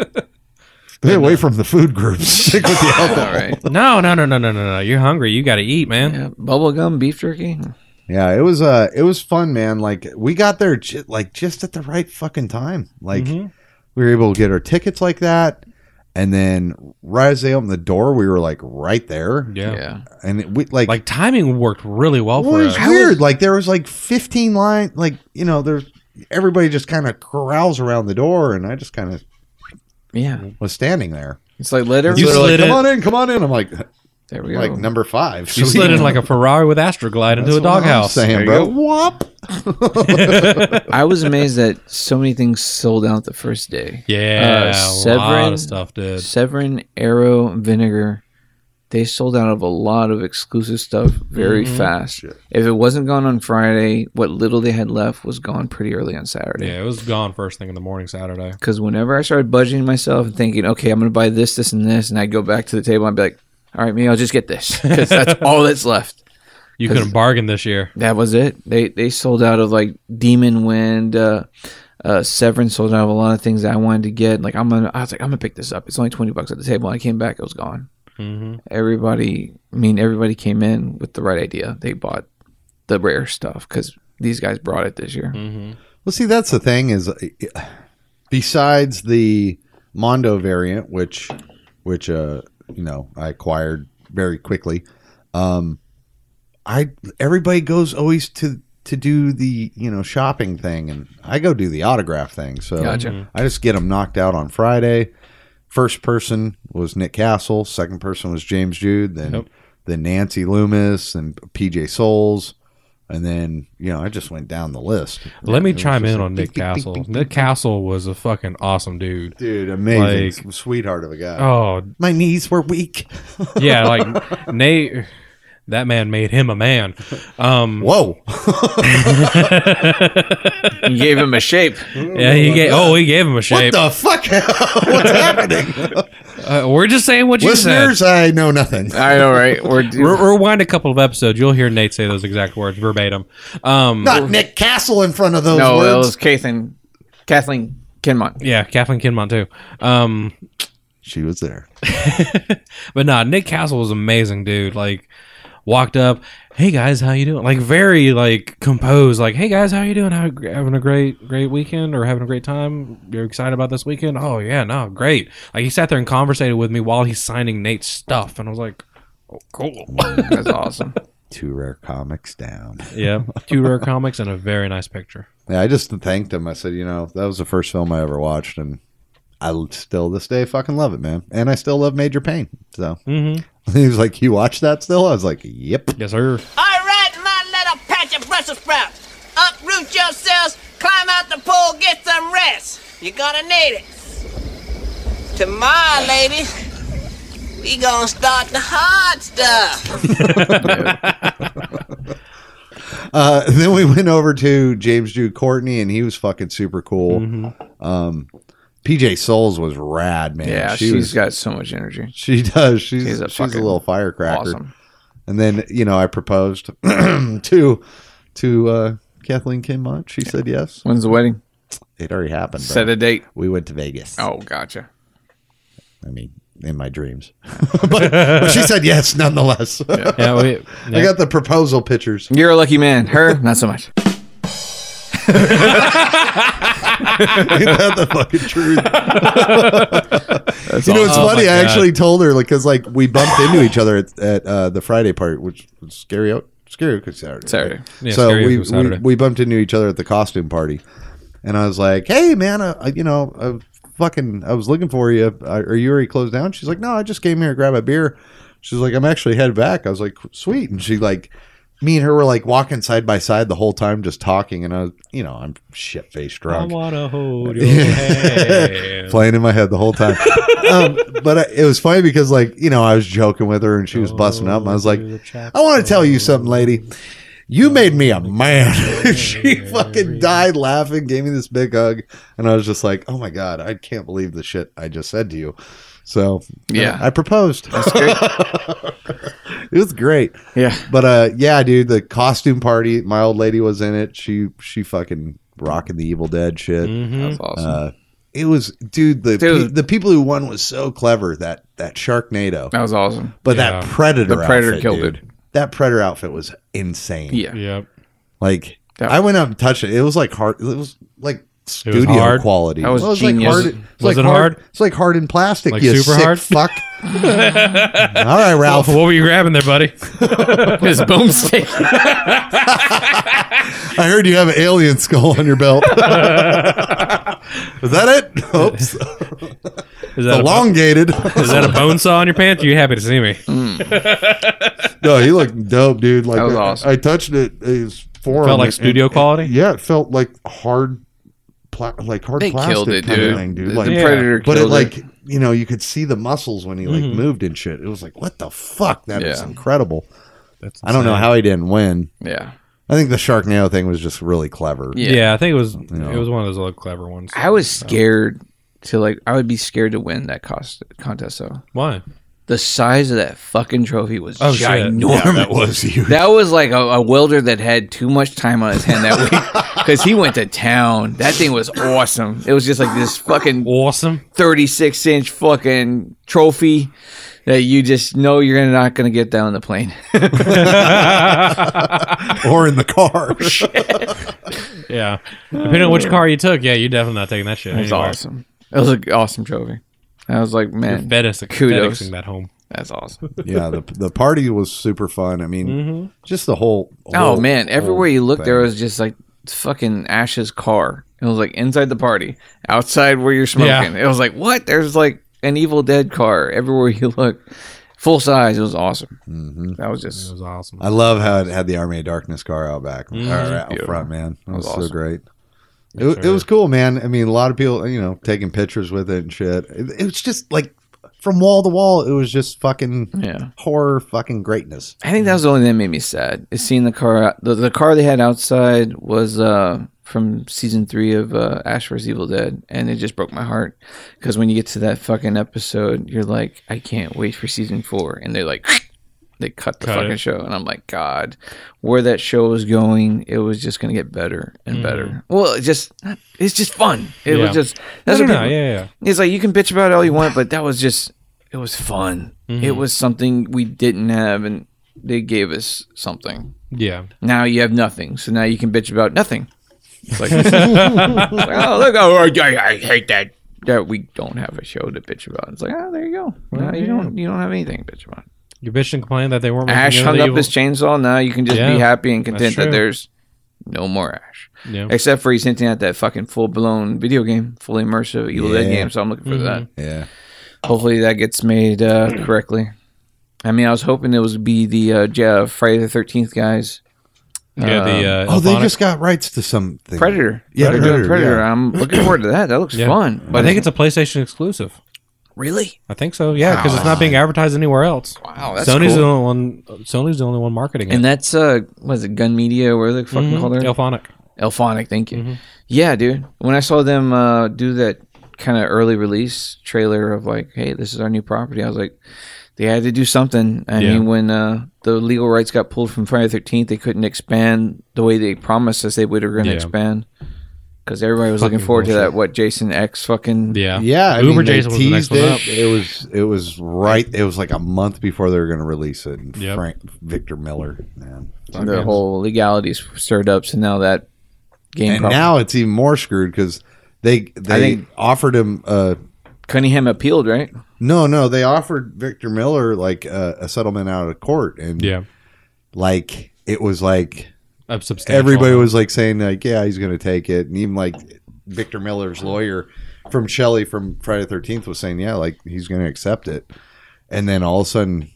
Speaker 9: Stay away from the food groups. Stick with the alcohol.
Speaker 8: All right.
Speaker 10: No, no, no, no, no, no, no. You're hungry. You got to eat, man.
Speaker 8: Yeah. Bubblegum beef jerky.
Speaker 9: Yeah, it was uh, it was fun, man. Like we got there j- like just at the right fucking time. Like
Speaker 8: Mm-hmm.
Speaker 10: Mm-hmm.
Speaker 9: we were able to get our tickets like that, and then right as they opened the door, we were like right there.
Speaker 10: Yeah.
Speaker 8: Yeah.
Speaker 9: and it, we like
Speaker 10: Like timing worked really well
Speaker 9: It
Speaker 10: for
Speaker 9: was
Speaker 10: us.
Speaker 9: weird. Like there was like fifteen line. Like you know, there's everybody just kind of corrals around the door, and I just kind of
Speaker 8: Yeah.
Speaker 9: was standing there.
Speaker 8: It's like let
Speaker 9: So
Speaker 8: everybody.
Speaker 9: they're like,
Speaker 10: slid
Speaker 9: come
Speaker 10: in.
Speaker 9: on in, come on in. I'm like,
Speaker 8: There we go.
Speaker 9: like number five.
Speaker 10: You slid in like a Ferrari with Astroglide into a doghouse.
Speaker 8: There
Speaker 9: Saying, bro,
Speaker 8: you
Speaker 9: whoop.
Speaker 8: I was amazed that so many things sold out the first day. Uh,
Speaker 10: Yeah, a lot
Speaker 8: Severin-
Speaker 10: of stuff did.
Speaker 8: Severin, Arrow, Vinegar. They sold out of a lot of exclusive stuff very fast. If it wasn't gone on Friday, what little they had left was gone pretty early on Saturday.
Speaker 10: Yeah, it was gone first thing in the morning Saturday.
Speaker 8: Because whenever I started budgeting myself and thinking, okay, I'm going to buy this, this, and this, and I go back to the table, I'd be like, all right, maybe I'll just get this because that's all that's left.
Speaker 10: You couldn't bargain this year.
Speaker 8: That was it. They they sold out of like Demon Wind, uh, uh, Severin sold out of a lot of things that I wanted to get. Like I'm gonna, I was like, I'm gonna pick this up. It's only twenty bucks at the table. I came back, it was gone. Everybody, I mean, everybody came in with the right idea. They bought the rare stuff because these guys brought it this year.
Speaker 9: Well, see, that's the thing is, uh, besides the Mondo variant, which, which, uh, you know, I acquired very quickly. Um, I everybody goes always to to do the you know shopping thing, and I go do the autograph thing. So
Speaker 8: Gotcha.
Speaker 9: I just get them knocked out on Friday. First person was Nick Castle. Second person was James Jude. Then
Speaker 10: Yep.
Speaker 9: then Nancy Loomis and PJ Souls. And then you know, I just went down the list.
Speaker 10: Let me
Speaker 9: It was
Speaker 10: chime
Speaker 9: just
Speaker 10: in
Speaker 9: like
Speaker 10: on
Speaker 9: ding,
Speaker 10: Nick
Speaker 9: ding, ding,
Speaker 10: Castle.
Speaker 9: ding, ding,
Speaker 10: Nick
Speaker 9: ding.
Speaker 10: Castle was a fucking awesome dude.
Speaker 9: dude, amazing, sweetheart of a
Speaker 8: uh,
Speaker 9: guy.
Speaker 10: Oh,
Speaker 9: My knees were weak.
Speaker 10: yeah, like Nate that man made him a man. Um
Speaker 9: Whoa,
Speaker 8: You gave him a shape.
Speaker 10: yeah, he gave oh, he gave him a
Speaker 9: what
Speaker 10: shape.
Speaker 9: the fuck? What's happening,
Speaker 10: Uh, we're just saying what you
Speaker 9: listeners? I know nothing.
Speaker 8: All right, all right. We're
Speaker 10: said. Re- rewind a couple of episodes, you'll hear Nate say those exact words verbatim. Um
Speaker 9: Not Nick Castle in front of those
Speaker 8: no, it
Speaker 9: words.
Speaker 8: was Kathleen, Kathleen Kinmont.
Speaker 10: yeah, Kathleen Kinmont too. Um
Speaker 9: She was there.
Speaker 10: But nah, Nick Castle was amazing, dude. Like walked up, hey guys, how you doing? Like very like composed, like hey guys, how you doing? How, having a great great weekend or having a great time? You're excited about this weekend? Oh yeah, no, great. Like he sat there and conversated with me while he's signing Nate's stuff, and I was like, oh, cool.
Speaker 8: That's awesome.
Speaker 9: Two rare comics down.
Speaker 10: yeah, two rare comics and a very nice picture.
Speaker 9: Yeah, I just thanked him. I said, you know, that was the first film I ever watched, and I l- still this day fucking love it, man. And I still love Major Pain. So
Speaker 8: Mm-hmm.
Speaker 9: he was like, "You watch that still?" I was like, "Yep."
Speaker 10: Yes, sir.
Speaker 5: All right, my little patch of Brussels sprouts. Uproot yourselves, climb out the pole, get some rest. You're gonna need it. Tomorrow, ladies, we gonna start the hard stuff.
Speaker 9: Uh, then we went over to James Jude Courtney, and he was fucking super cool. Um, PJ Souls was rad, man.
Speaker 8: Mm-hmm. Yeah,
Speaker 9: she
Speaker 8: she has
Speaker 9: was.
Speaker 8: got so much energy.
Speaker 9: she does. She's she's
Speaker 8: She's
Speaker 9: a,
Speaker 8: a fucking
Speaker 9: little firecracker.
Speaker 8: Awesome.
Speaker 9: And then you know, I proposed to to uh, Kathleen Kinmont. She said yes.
Speaker 8: When's the wedding?
Speaker 9: It already happened. bro.
Speaker 8: Set a date.
Speaker 9: we went to Vegas.
Speaker 8: Oh, gotcha.
Speaker 9: I mean, in my dreams. but, but she said yes nonetheless.
Speaker 10: Yeah, we,
Speaker 9: I got the proposal pictures.
Speaker 8: You're a lucky man. Her, not so much.
Speaker 9: Ain't that the fucking truth? you know, it's
Speaker 10: awesome.
Speaker 9: funny.
Speaker 10: Oh,
Speaker 9: I
Speaker 10: my God.
Speaker 9: actually told her like because like we bumped into each other at, at uh, the Friday party, which was scary out. Scary because Saturday.
Speaker 8: Saturday.
Speaker 10: Yeah,
Speaker 9: so
Speaker 10: Scary
Speaker 9: we,
Speaker 10: was
Speaker 9: we
Speaker 10: Saturday.
Speaker 9: we bumped into each other at the costume party, and I was like, "Hey, man, I, I- uh, you know, I fucking, I was looking for you. I- Are you already closed down? She's like, no, I just came here to grab a beer. She's like, I'm actually headed back. I was like, sweet. And she like, me and her were like walking side by side the whole time, just talking. And I, was, you know, I'm shit faced
Speaker 10: I
Speaker 9: drunk,
Speaker 10: wanna hold your hand.
Speaker 9: playing in my head the whole time. um, but I, it was funny because like, you know, I was joking with her and she was busting up. And I was like, I want to tell you something, lady. You made me a man. she fucking died laughing, gave me this big hug, and I was just like, "Oh my god, I can't believe the shit I just said to you." So
Speaker 8: Yeah.
Speaker 9: I proposed. it was great,
Speaker 8: Yeah.
Speaker 9: but uh, yeah, dude, the costume party. My old lady was in it. She she fucking rocking the Evil Dead shit.
Speaker 10: Mm. Mm-hmm.
Speaker 8: That's awesome.
Speaker 9: Uh, it was, dude. The
Speaker 8: Dude.
Speaker 9: Pe- the people who won was so clever. That that Sharknado.
Speaker 8: that was awesome.
Speaker 9: But that
Speaker 10: Yeah.
Speaker 9: predator,
Speaker 8: The predator
Speaker 9: outfit,
Speaker 8: killed
Speaker 9: dude,
Speaker 8: it.
Speaker 9: That predator outfit was insane.
Speaker 8: Yeah.
Speaker 10: Yep.
Speaker 9: like
Speaker 8: That-
Speaker 9: I went up and touched it. It was like hard. It was like studio
Speaker 10: hard?
Speaker 9: quality.
Speaker 8: That was
Speaker 9: Well, it
Speaker 8: genius.
Speaker 9: Like hard, it like
Speaker 10: Was it hard?
Speaker 9: It's like hard in plastic.
Speaker 10: Like
Speaker 9: you
Speaker 10: super
Speaker 9: sick
Speaker 10: hard?
Speaker 9: Fuck. All right, Ralph.
Speaker 10: What were you grabbing there, buddy?
Speaker 8: His boomstick.
Speaker 9: I heard you have an alien skull on your belt. Is that it? Oops.
Speaker 10: Is that a long?
Speaker 9: Elongated.
Speaker 10: Is that a bone saw on your pants? Are you happy to see me?
Speaker 9: no, he looked dope, dude. Like
Speaker 8: That was
Speaker 9: I,
Speaker 8: awesome.
Speaker 9: I touched it. His forearm
Speaker 10: Felt like
Speaker 9: and-
Speaker 10: studio quality.
Speaker 9: Yeah, it felt like hard, pla- like hard
Speaker 8: They
Speaker 9: plastic
Speaker 8: killed it,
Speaker 9: kind
Speaker 8: dude.
Speaker 9: of thing, dude.
Speaker 8: The
Speaker 9: Like,
Speaker 8: predator
Speaker 9: but it
Speaker 8: killed
Speaker 9: like you know you could see the muscles when he like
Speaker 10: Mm-hmm.
Speaker 9: moved and shit. It was like what the fuck? That is
Speaker 8: Yeah.
Speaker 9: incredible.
Speaker 10: That's
Speaker 9: I don't know how he didn't win.
Speaker 8: yeah.
Speaker 9: I think the Sharknado thing was just really clever.
Speaker 8: Yeah.
Speaker 10: Yeah. I think it was it was one of those little clever ones.
Speaker 8: I was scared to like. I would be scared to win that cost contest though.
Speaker 10: Why?
Speaker 8: The size of that fucking trophy was
Speaker 10: Oh, shit.
Speaker 8: ginormous.
Speaker 9: that was huge.
Speaker 8: That was like a, a welder that had too much time on his hand that week because he went to town. That thing was awesome. It was just like this fucking
Speaker 10: Awesome.
Speaker 8: 36 inch fucking trophy that you just know you're gonna- not going to get down on the plane.
Speaker 9: or in the car.
Speaker 8: Oh,
Speaker 10: Yeah. Depending on which car you took, yeah, you're definitely not taking that shit.
Speaker 8: It was
Speaker 10: anywhere.
Speaker 8: awesome. It was an awesome trophy. I was like,
Speaker 10: You're
Speaker 8: man,
Speaker 10: fetis-
Speaker 8: Kudos.
Speaker 10: fetising that home.
Speaker 8: that's awesome.
Speaker 9: yeah, the the party was super fun. I mean,
Speaker 10: Mm-hmm.
Speaker 9: just the whole.
Speaker 8: Oh
Speaker 9: whole-
Speaker 8: man, everywhere you looked, there
Speaker 9: thing.
Speaker 8: was just like fucking Ash's car. It was like inside the party, outside where you're smoking. It was like what? There's like an Evil Dead car everywhere you look, full size. It was awesome. That was
Speaker 10: It
Speaker 8: just
Speaker 10: was awesome.
Speaker 9: I love how it had the Army of Darkness car out back, or out
Speaker 8: Beautiful.
Speaker 9: front, man. That was,
Speaker 8: was
Speaker 9: so
Speaker 8: awesome.
Speaker 9: great. It, it was cool, man. I mean, a lot of people, you know, taking pictures with it and shit. It, it was just like from wall to wall. It was just fucking
Speaker 8: yeah.
Speaker 9: horror, fucking greatness.
Speaker 8: I think that was the only thing that made me sad.
Speaker 10: Hmm.
Speaker 8: Is seeing the car. out- The, the car they had outside was uh, from season three of uh, Ash vs Evil Dead, and it just broke my heart. Because when you get to that fucking episode, you're like, I can't wait for season four, and they're like, they cut the
Speaker 10: Cut
Speaker 8: fucking
Speaker 10: it.
Speaker 8: show, and I'm like, God, where that show was going, it was just gonna get better and better. Well, it just it's just fun. It
Speaker 10: Hmm. Yeah.
Speaker 8: was just
Speaker 10: I
Speaker 8: that's
Speaker 10: don't
Speaker 8: what
Speaker 10: know.
Speaker 8: people-
Speaker 10: Yeah, yeah.
Speaker 8: it's like you can bitch about it all you want, but that was just it was fun.
Speaker 10: Mm-hmm.
Speaker 8: It was something we didn't have, and they gave us something.
Speaker 10: Yeah.
Speaker 8: Now you have nothing, so now you can bitch about nothing. It's like, oh look, oh, I, I- I hate that that we don't have a show to bitch about. It's like, oh, there you go. now you don't you don't have anything to bitch about.
Speaker 10: You bitched and complained that they weren't making
Speaker 8: Ash
Speaker 10: another
Speaker 8: hung up
Speaker 10: evil-
Speaker 8: his chainsaw. Now you can just
Speaker 10: Yeah,
Speaker 8: be happy and
Speaker 10: that's
Speaker 8: content that
Speaker 10: true.
Speaker 8: there's no more Ash.
Speaker 10: Yeah.
Speaker 9: uh,
Speaker 8: Except for he's hinting at that fucking full blown video game, fully immersive Evil Dead
Speaker 9: Yeah.
Speaker 8: game. So I'm looking for
Speaker 10: Mm-hmm.
Speaker 8: that.
Speaker 9: Yeah,
Speaker 8: Hopefully that gets made uh, correctly. I mean, I was hoping it was be the uh, Ja- Friday the Thirteenth guys.
Speaker 10: yeah, the uh,
Speaker 9: Oh, they
Speaker 10: Elphonic-
Speaker 9: just got rights to something.
Speaker 8: Predator.
Speaker 9: Yeah,
Speaker 8: They're doing
Speaker 9: Predator,
Speaker 8: Predator.
Speaker 9: yeah.
Speaker 8: I'm looking forward to that. That looks
Speaker 10: Yeah.
Speaker 8: fun.
Speaker 10: I think it's a PlayStation exclusive.
Speaker 8: really
Speaker 10: I think so. Yeah, because it's not being advertised anywhere else.
Speaker 8: wow. That's
Speaker 10: Sony's
Speaker 8: cool.
Speaker 10: the only one. Sony's the Mm-hmm. only one marketing it.
Speaker 8: and that's uh, was it Gun Media? Where the fucking called it?
Speaker 10: Elphonic.
Speaker 8: Elphonic, thank you.
Speaker 10: Mm-hmm.
Speaker 8: Yeah, dude. When I saw them uh, do that kind of early release trailer of like, hey, this is our new property, I was like, they had to do something. I
Speaker 10: Yeah.
Speaker 8: mean, when uh, the legal rights got pulled from Friday the 13th, they couldn't expand the way they promised us they would were going to
Speaker 10: Yeah.
Speaker 8: expand. Because everybody was looking
Speaker 10: Fucking
Speaker 8: forward to
Speaker 10: bullshit.
Speaker 8: that, what, Jason X fucking.
Speaker 10: Yeah.
Speaker 9: Yeah, I
Speaker 10: Uber
Speaker 9: mean, they
Speaker 10: Jason was the next
Speaker 9: teased
Speaker 10: one up.
Speaker 9: it. It was it was right. It was like a month before they were going to release it. And
Speaker 10: Yep.
Speaker 9: Frank Victor Miller, man.
Speaker 8: The whole legalities stirred up. So now that game.
Speaker 9: And
Speaker 8: prob-
Speaker 9: now it's even more screwed because they they
Speaker 8: think-
Speaker 9: offered him. Uh,
Speaker 8: Cunningham appealed, right?
Speaker 9: No, no, they offered Victor Miller like a a settlement out of court, and
Speaker 10: Yeah.
Speaker 9: like it was like
Speaker 10: A substantial.
Speaker 9: everybody was like saying like, yeah, he's going to take it, and even like Victor Miller's lawyer from Shelley from Friday Thirteenth was saying, yeah, like he's going to accept it, and then all of a sudden,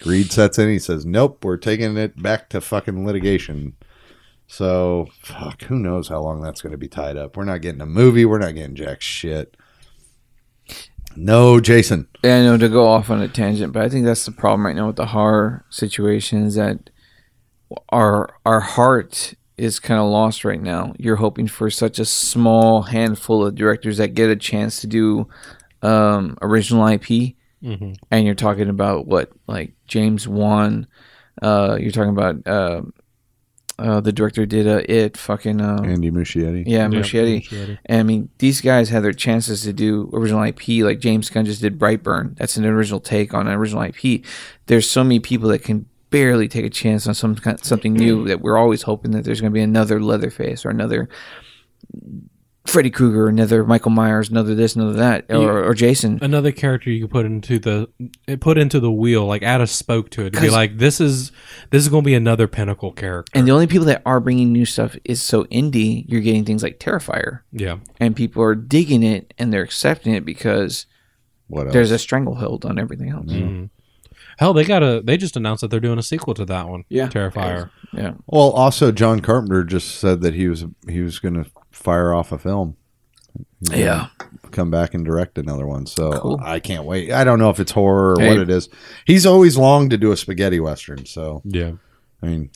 Speaker 9: greed sets in. He says, nope, we're taking it back to fucking litigation. So fuck, who knows how long that's going to be tied up? We're not getting a movie. We're not getting jack shit. No, Jason.
Speaker 8: Yeah, I know to go off on a tangent, but I think that's the problem right now with the horror situation is that our our heart is kind of lost right now. You're hoping for such a small handful of directors that get a chance to do um, original IP, and you're talking about what like James Wan. Uh, you're talking about uh, uh, the director did uh, it fucking um,
Speaker 9: Andy Muschietti.
Speaker 8: yeah, Muschietti. And I mean, these guys had their chances to do original IP, like James Gunn just did Brightburn. That's an original take on an original IP. There's so many people that can barely take a chance on some kind, something new that we're always hoping that there's going to be another Leatherface or another Freddy Krueger, another Michael Myers, another this, another that, or, or Jason.
Speaker 10: Another character you could put into the put into the wheel, like add a spoke to it, to be
Speaker 8: 'Cause-
Speaker 10: like this is this is going to be another pinnacle character.
Speaker 8: And the only people that are bringing new stuff is so indie. You're getting things like Terrifier,
Speaker 10: yeah,
Speaker 8: and people are digging it and they're accepting it because
Speaker 9: What else?
Speaker 8: there's a stranglehold on everything else.
Speaker 10: hell, they got a they just announced that they're doing a sequel to that one.
Speaker 8: Yeah.
Speaker 10: Terrifier.
Speaker 8: Yeah.
Speaker 9: Well, also John Carpenter just said that he was he was going to fire off a film. He's gonna
Speaker 8: Yeah.
Speaker 9: come back and direct another one. So
Speaker 8: Cool.
Speaker 9: I can't wait. I don't know if it's horror or
Speaker 8: Hey.
Speaker 9: what it is. He's always longed to do a spaghetti western. So
Speaker 10: Yeah,
Speaker 9: I mean,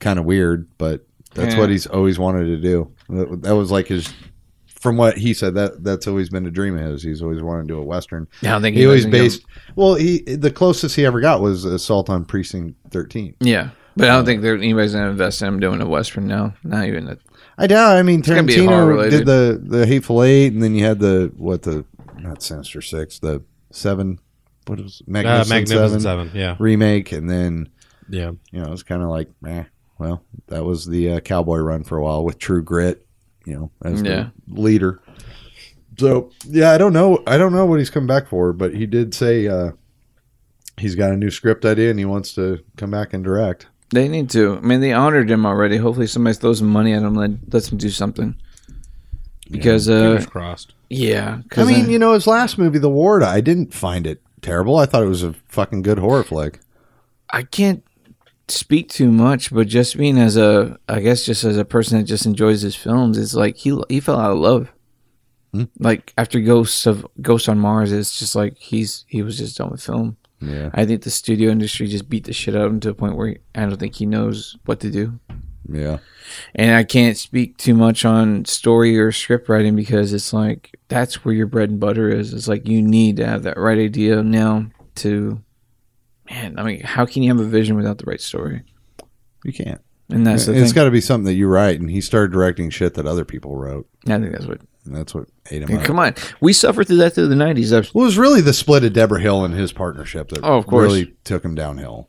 Speaker 9: kind of weird, but that's
Speaker 8: Yeah.
Speaker 9: what he's always wanted to do. That, that was like his. From what he said, that that's always been a dream of his. He's always wanted to do a western.
Speaker 8: I don't think
Speaker 9: he,
Speaker 8: he
Speaker 9: always
Speaker 8: doesn't get 'em.
Speaker 9: based. Well, he the closest he ever got was Assault on Precinct Thirteen.
Speaker 8: Yeah, but I don't think there, anybody's gonna invest in him doing a western now. Not even a,
Speaker 9: I doubt. I mean,
Speaker 8: gotta be horror
Speaker 9: Tarantino did the the Hateful Eight, and then you had the what the not Sinister Six, the Seven, what was it?
Speaker 10: uh,
Speaker 9: Magnificent,
Speaker 10: Magnificent
Speaker 9: Seven,
Speaker 10: Seven. Yeah,
Speaker 9: remake, and then
Speaker 10: yeah.
Speaker 9: you know it's kind of like, eh, well, that was the uh, cowboy run for a while with True Grit, you know, as
Speaker 8: Yeah.
Speaker 9: the leader. So yeah, I don't know. I don't know what he's come back for, but he did say uh, he's got a new script idea and he wants to come back and direct.
Speaker 8: they need to. I mean, they honored him already. Hopefully, somebody throws some money at him and let- lets him do something. Because uh,
Speaker 10: Fingers crossed.
Speaker 8: yeah,
Speaker 9: I
Speaker 8: 'cause,
Speaker 9: mean,
Speaker 8: uh,
Speaker 9: you know, his last movie, The Ward, I didn't find it terrible. I thought it was a fucking good horror flick.
Speaker 8: I can't speak too much, but just being as a, I guess, just as a person that just enjoys his films, it's like he he fell out of love.
Speaker 9: Hmm?
Speaker 8: Like after Ghosts of Ghost on Mars, it's just like he's he was just done with film.
Speaker 9: Yeah.
Speaker 8: I think the studio industry just beat the shit out of him to a point where he, I don't think he knows what to do.
Speaker 9: Yeah.
Speaker 8: and I can't speak too much on story or script writing because it's like that's where your bread and butter is. It's like you need to have that right idea now to man, I mean, how can you have a vision without the right story?
Speaker 9: You can't.
Speaker 8: And that's the
Speaker 9: it's
Speaker 8: thing.
Speaker 9: got to be something that you write. And he started directing shit that other people wrote.
Speaker 8: I think that's what
Speaker 9: And that's what ate him up.
Speaker 8: come on. We suffered through that through the nineties.
Speaker 9: Well, it was really the split of Deborah Hill and his partnership that
Speaker 8: Oh, of course.
Speaker 9: really took him downhill.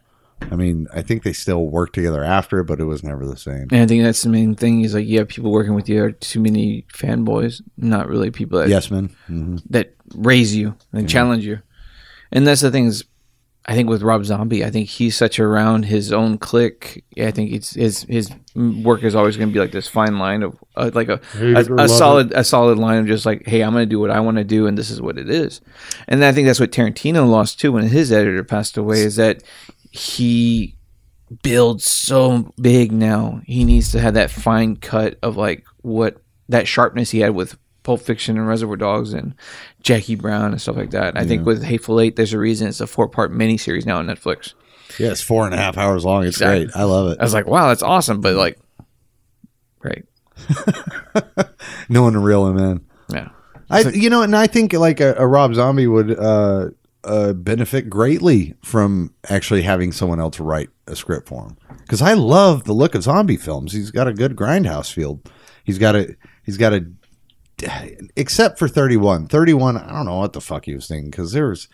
Speaker 9: I mean, I think they still worked together after, but it was never the same.
Speaker 8: And I think that's the main thing is like you have people working with you are too many fanboys, not really people that
Speaker 9: Yes, man. hmm
Speaker 8: that raise you and challenge you. And that's the thing is, I think with Rob Zombie, I think he's such around his own clique. I think it's his his work is always going to be like this fine line of uh, like a a, a solid a solid line of just like, hey, I'm going to do what I want to do, and this is what it is. And I think that's what Tarantino lost too when his editor passed away. Is that he builds so big now. He needs to have that fine cut of like what that sharpness he had with Pulp Fiction and Reservoir Dogs and Jackie Brown and stuff like that. I think with Hateful Eight, there's a reason it's a four part miniseries now on Netflix.
Speaker 9: Yeah, it's four and a half hours long. It's
Speaker 8: Exactly.
Speaker 9: great. I love it.
Speaker 8: I was like, wow, that's awesome, but like, right?
Speaker 9: No one to reel him in.
Speaker 8: Yeah,
Speaker 9: I, you know, and I think like a, a Rob Zombie would uh, uh, benefit greatly from actually having someone else write a script for him because I love the look of zombie films. He's got a good grindhouse feel. He's got a he's got a except for 31. 31, I don't know what the fuck he was thinking because there was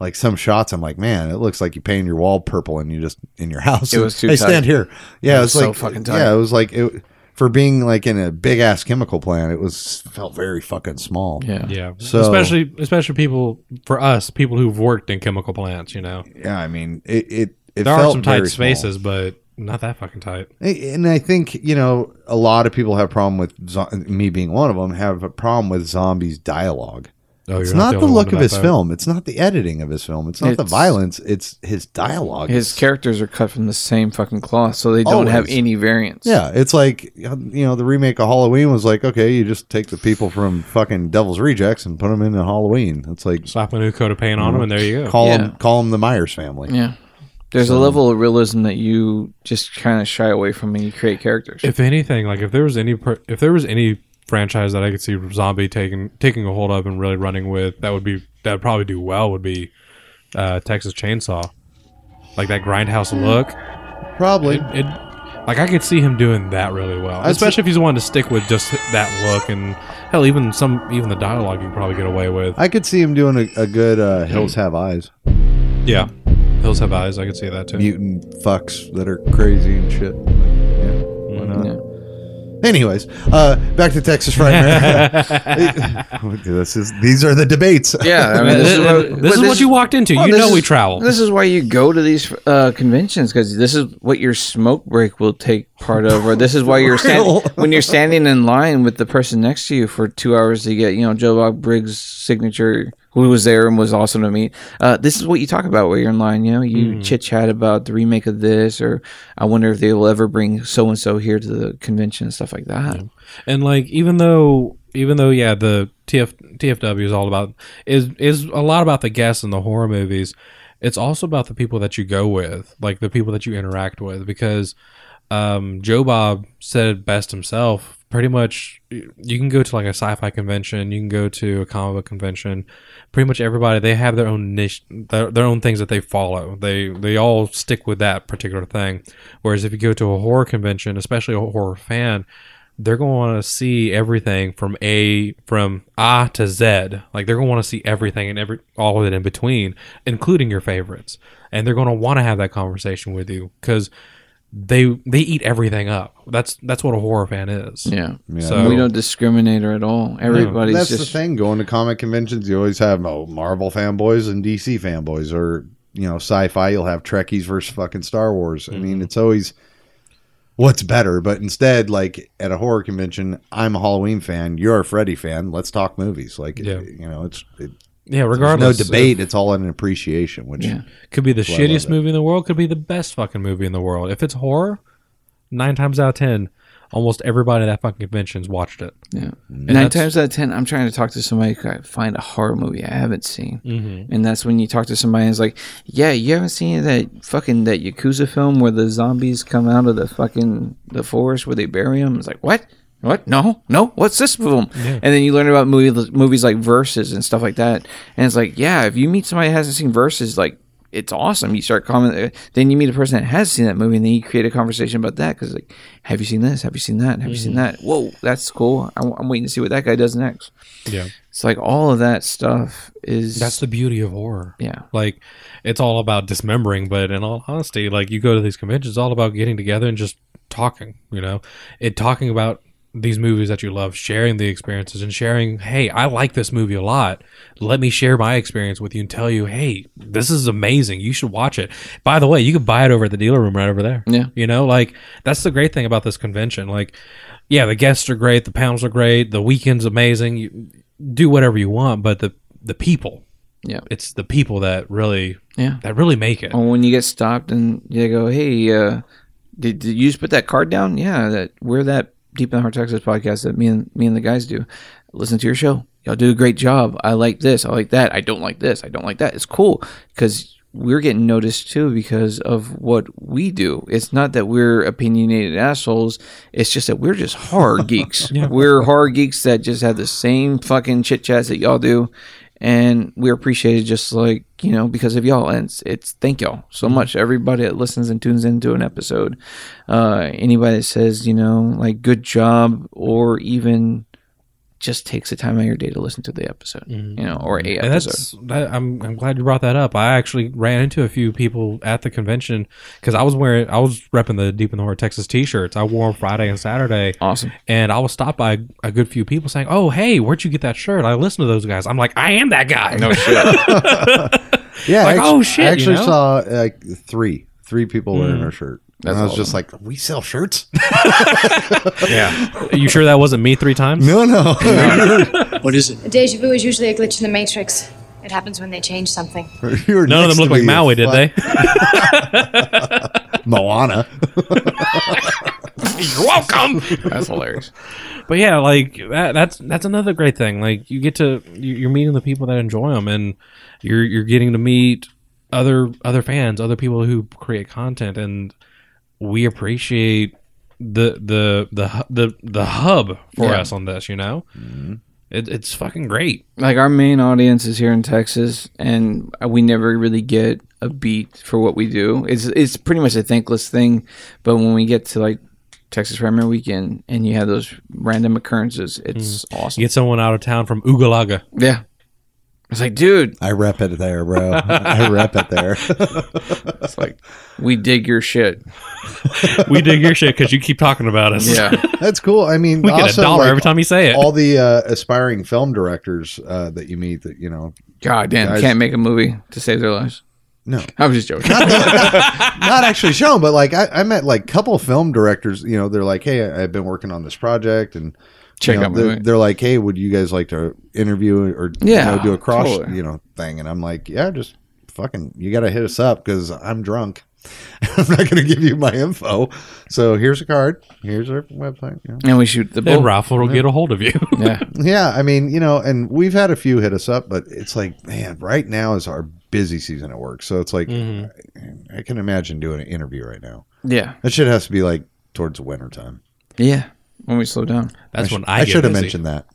Speaker 9: like some shots. I'm like, man, it looks like you painted your wall purple and you just in your house.
Speaker 8: It was too
Speaker 9: Hey,
Speaker 8: tight.
Speaker 9: stand here. Yeah, it was,
Speaker 8: was so
Speaker 9: like
Speaker 8: fucking tight.
Speaker 9: yeah, it was like it for being like in a big ass chemical plant. It was felt very fucking small.
Speaker 8: yeah,
Speaker 10: Yeah,
Speaker 9: So-
Speaker 10: especially especially people for us, people who've worked in chemical plants. You know,
Speaker 9: yeah. I mean, it it, it
Speaker 10: there are
Speaker 9: felt
Speaker 10: some tight
Speaker 9: very small.
Speaker 10: spaces, but Not that fucking tight.
Speaker 9: And I think you know a lot of people have problem with zo- me being one of them. Have a problem with zombies dialogue.
Speaker 10: Oh,
Speaker 9: it's
Speaker 10: you're
Speaker 9: not,
Speaker 10: the
Speaker 9: the
Speaker 10: only one
Speaker 9: look of
Speaker 10: about
Speaker 9: his
Speaker 10: that.
Speaker 9: film. It's not the editing of his film. It's not the
Speaker 8: It's-
Speaker 9: violence. It's his dialogue.
Speaker 8: His
Speaker 9: It's-
Speaker 8: characters are cut from the same fucking cloth, so they don't have
Speaker 9: Always.
Speaker 8: any variance.
Speaker 9: Yeah, it's like you know the remake of Halloween was like okay, you just take the people from fucking Devil's Rejects and put them in Halloween. It's like
Speaker 10: Slap a new coat of paint on him, and there you go.
Speaker 9: call
Speaker 8: Yeah.
Speaker 9: them call them the Myers family.
Speaker 8: Yeah. There's a level of realism that you just kind of shy away from when you create characters.
Speaker 10: If anything, like if there was any, per- if there was any franchise that I could see zombie taking taking a hold of and really running with, that would be that would probably do well. Would be uh, Texas Chainsaw, like that grindhouse look.
Speaker 9: Probably.
Speaker 10: It, like I could see him doing that really well,
Speaker 9: I'd
Speaker 10: especially if he's wanting to stick with just that look and hell, even some even the dialogue you can probably get away with.
Speaker 9: I could see him doing a, a good uh, Hills Have Eyes.
Speaker 10: yeah, Hills Have Eyes. I could see that too.
Speaker 9: Mutant fucks that are crazy and shit. Yeah, why not? Anyways, uh, back to Texas Frightmare. this is these are the debates.
Speaker 8: yeah, I mean,
Speaker 10: this, is what,
Speaker 8: but
Speaker 10: you walked into.
Speaker 8: well,
Speaker 10: you
Speaker 8: this
Speaker 10: know we
Speaker 8: is-
Speaker 10: travel.
Speaker 8: This is why you go to these uh, conventions because this is what your smoke break will take part of, or this is why you're standing when you're standing in line with the person next to you for two hours to get you know Joe Bob Briggs' signature, who was there and was awesome to meet. Uh, this is what you talk about while you're in line. You know, you
Speaker 10: Mm.
Speaker 8: chit chat about the remake of this, or I wonder if they will ever bring so and so here to the convention and stuff like that.
Speaker 10: and like even though even though yeah the TF, tfw is all about is is a lot about the guests and the horror movies it's also about the people that you go with like the people that you interact with because um, joe bob said it best himself pretty much you can go to like a sci-fi convention you can go to a comic book convention pretty much everybody they have their own niche their, their own things that they follow they they all stick with that particular thing whereas if you go to a horror convention especially a horror fan they're going to want to see everything from A from A to Z. Like they're going to want to see everything and every all of it in between, including your favorites. And they're going to want to have that conversation with you cuz they they eat everything up. That's that's what a horror fan is.
Speaker 8: Yeah.
Speaker 10: So-
Speaker 8: we don't discriminate at all. Everybody's
Speaker 9: That's
Speaker 8: just
Speaker 9: the thing. Going to comic conventions, you always have oh, Marvel fanboys and DC fanboys, or you know, sci-fi. You'll have Trekkies versus fucking Star Wars. I
Speaker 8: Mm-hmm.
Speaker 9: mean, it's always what's better. But instead, like at a horror convention, I'm a Halloween fan. You're a Freddy fan. Let's talk movies. Like,
Speaker 10: Yeah.
Speaker 9: you know, it's it,
Speaker 10: Yeah,
Speaker 9: there's no
Speaker 10: regardless.
Speaker 9: debate. It's all an appreciation. Which
Speaker 8: Yeah.
Speaker 10: It could be the
Speaker 9: Well, I love
Speaker 10: shittiest
Speaker 9: it.
Speaker 10: movie in the world, could be the best fucking movie in the world. If it's horror, 9 times out of 10, almost everybody at that fucking convention's watched it.
Speaker 8: Yeah. Nine
Speaker 10: that's-
Speaker 8: times out of ten, I'm trying to talk to somebody. who can find a horror movie I haven't seen, and that's when you talk to somebody and it's like, "Yeah, you haven't seen that fucking that yakuza film where the zombies come out of the fucking the forest where they bury them." It's like, "What? What? No, no. What's this film?" And then you learn about movie, movies like Versus and stuff like that, and it's like, "Yeah, if you meet somebody that hasn't seen Versus, like." It's awesome. You start commenting. Then you meet a person that has seen that movie, and then you create a conversation about that. Because like, have you seen this? Have you seen that? Have you seen that? Whoa, that's cool. I, am waiting to see what that guy does next.
Speaker 10: Yeah.
Speaker 8: It's like all of that stuff is
Speaker 10: That's the beauty of horror.
Speaker 8: yeah.
Speaker 10: Like it's all about dismembering, but in all honesty, like you go to these conventions, it's all about getting together and just talking, you know? It talking about these movies that you love, sharing the experiences and sharing, hey, I like this movie a lot. Let me share my experience with you and tell you, hey, this is amazing. You should watch it. By the way, you can buy it over at the dealer room right over there.
Speaker 8: Yeah.
Speaker 10: You know, like that's the great thing about this convention. Like, yeah, the guests are great, the panels are great, the weekend's amazing. You do whatever you want, but the the people
Speaker 8: Yeah.
Speaker 10: it's the people that really
Speaker 8: Yeah.
Speaker 10: that really make it.
Speaker 8: And when you get stopped and you go, "Hey, uh, did, did you just put that card down?" Yeah, that we're that Deep in the Heart Texas podcast that me and me and the guys do. Listen to your show. Y'all do a great job. I like this. I like that. I don't like this. I don't like that. It's cool because we're getting noticed too because of what we do. It's not that we're opinionated assholes. It's just that we're just horror geeks. We're horror geeks that just have the same fucking chit chats that y'all do and we're appreciated just like you know because of y'all and it's, it's thank y'all so much everybody that listens and tunes into an episode uh anybody that says you know like good job or even just takes the time out of your day to listen to the episode you know or a
Speaker 10: Mm-hmm. and
Speaker 8: episode
Speaker 10: that's that, I'm I'm glad you brought that up. I actually ran into a few people at the convention because I was wearing I was repping the Deep in the Heart Texas T-shirts. I wore 'em Friday and Saturday.
Speaker 8: awesome
Speaker 10: And I was stopped by a good few people saying, "Oh, hey, where'd you get that shirt?" I listen to those guys. I'm like, "I am that guy." No shit.
Speaker 9: yeah,
Speaker 10: Like,
Speaker 9: I
Speaker 10: oh,
Speaker 9: I
Speaker 10: shit, you
Speaker 9: actually
Speaker 10: know?
Speaker 9: saw
Speaker 10: Mm.
Speaker 9: like three three people wearing her shirt.
Speaker 8: That's
Speaker 9: I was
Speaker 8: all.
Speaker 9: just like, we sell shirts?
Speaker 10: Are you sure that wasn't me three times?
Speaker 9: no, no.
Speaker 3: What is it?
Speaker 1: Deja vu is usually a glitch in the matrix. It happens when they change something.
Speaker 9: You were
Speaker 10: None of
Speaker 9: next to
Speaker 10: them looked like
Speaker 9: me, you
Speaker 10: Maui, did
Speaker 9: fuck.
Speaker 10: they?
Speaker 9: Moana.
Speaker 10: You're welcome.
Speaker 8: That's hilarious.
Speaker 10: but yeah, like that, that's that's another great thing. Like you get to you- you're meeting the people that enjoy them, and you're you're getting to meet other other fans, other people who create content, and we appreciate the the the hu- the the hub for
Speaker 8: Yeah. Mm-hmm.
Speaker 10: us on this. You know, it, it's fucking great.
Speaker 8: like our main audience is here in Texas, and we never really get a beat for what we do. It's it's pretty much a thankless thing, but when we get to like Texas Primary Weekend and you have those random occurrences, it's awesome.
Speaker 10: Mm. You get someone out of town from Oogalaga.
Speaker 8: Yeah, it's like, dude,
Speaker 9: I rep it there, bro. I rep it there.
Speaker 8: it's like we dig your shit.
Speaker 10: we dig your shit because you keep talking about us.
Speaker 8: Yeah,
Speaker 9: That's cool. I mean,
Speaker 10: we get
Speaker 9: also,
Speaker 10: a dollar
Speaker 9: like,
Speaker 10: every time you say it.
Speaker 9: All the uh, aspiring film directors uh, that you meet, that you know,
Speaker 8: god damn,
Speaker 9: Guys-
Speaker 8: can't make a movie to save their lives.
Speaker 9: No.
Speaker 8: I was just joking.
Speaker 9: not actually shown, but like I, I met like couple film directors. You know, they're like, hey, I- I've been working on this project, and you
Speaker 8: Check
Speaker 9: know,
Speaker 8: out my
Speaker 9: they're,
Speaker 8: movie.
Speaker 9: they're like, hey, would you guys like to interview or
Speaker 8: Yeah,
Speaker 9: you know, do a cross
Speaker 8: totally.
Speaker 9: you know thing? And I'm like, yeah, just fucking, you got to hit us up because I'm drunk. I'm not going to give you my info. So here's a card. Here's our website. You know.
Speaker 8: and we shoot the bull.
Speaker 10: then Ralph will get a hold of you.
Speaker 8: Yeah,
Speaker 9: Yeah, I mean, you know, and we've had a few hit us up, but it's like, man, right now is our busy season at work. So it's like,
Speaker 8: Mm-hmm.
Speaker 9: I, I can imagine doing an interview right now.
Speaker 8: yeah,
Speaker 9: That shit has to be like towards the winter time.
Speaker 8: yeah. When we slow down,
Speaker 10: That's when I,
Speaker 9: I
Speaker 10: get
Speaker 9: should have
Speaker 10: busy.
Speaker 9: mentioned that.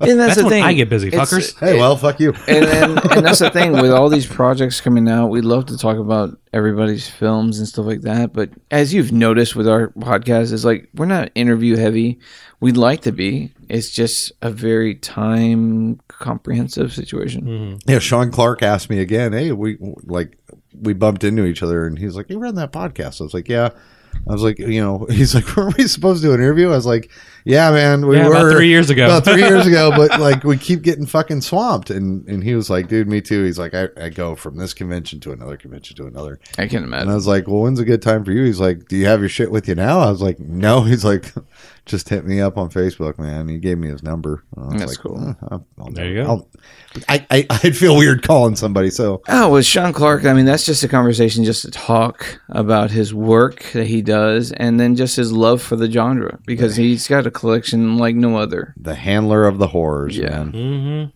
Speaker 8: and
Speaker 10: That's when I get busy,
Speaker 8: It's-
Speaker 10: fuckers.
Speaker 9: Hey, well, fuck you.
Speaker 8: and, and and that's the thing with all these projects coming out. We love to talk about everybody's films and stuff like that, but as you've noticed with our podcast, is like we're not interview heavy. We'd like to be. It's just a very time comprehensive situation.
Speaker 10: Mm-hmm.
Speaker 9: Yeah, Sean Clark asked me again. Hey, we like we bumped into each other, and he's like, "You ran that podcast?" I was like, "Yeah." I was like, you know, he's like, "Were we supposed to do an interview?" I was like, "Yeah, man, we
Speaker 10: Yeah,
Speaker 9: were
Speaker 10: about three years ago.
Speaker 9: About three years ago, but like we keep getting fucking swamped." And and he was like, "Dude, me too." He's like, "I, I go from this convention to another convention to another."
Speaker 8: I can
Speaker 9: And I
Speaker 8: imagine.
Speaker 9: was like, "Well, when's a good time for you?" He's like, "Do you have your shit with you now?" I was like, "No." He's like, "Just hit me up on Facebook, man." He gave me his number. And I was
Speaker 8: That's
Speaker 9: like,
Speaker 8: cool.
Speaker 9: "Eh, I'll- I'll-
Speaker 10: There you go.
Speaker 9: I'll- I, I I'd feel weird calling somebody. So
Speaker 8: Oh, with Sean Clark, I mean that's just a conversation, just to talk about his work that he does, and then just his love for the genre because he's got a collection like no other.
Speaker 9: the handler of the horrors,
Speaker 8: Yeah.
Speaker 9: man.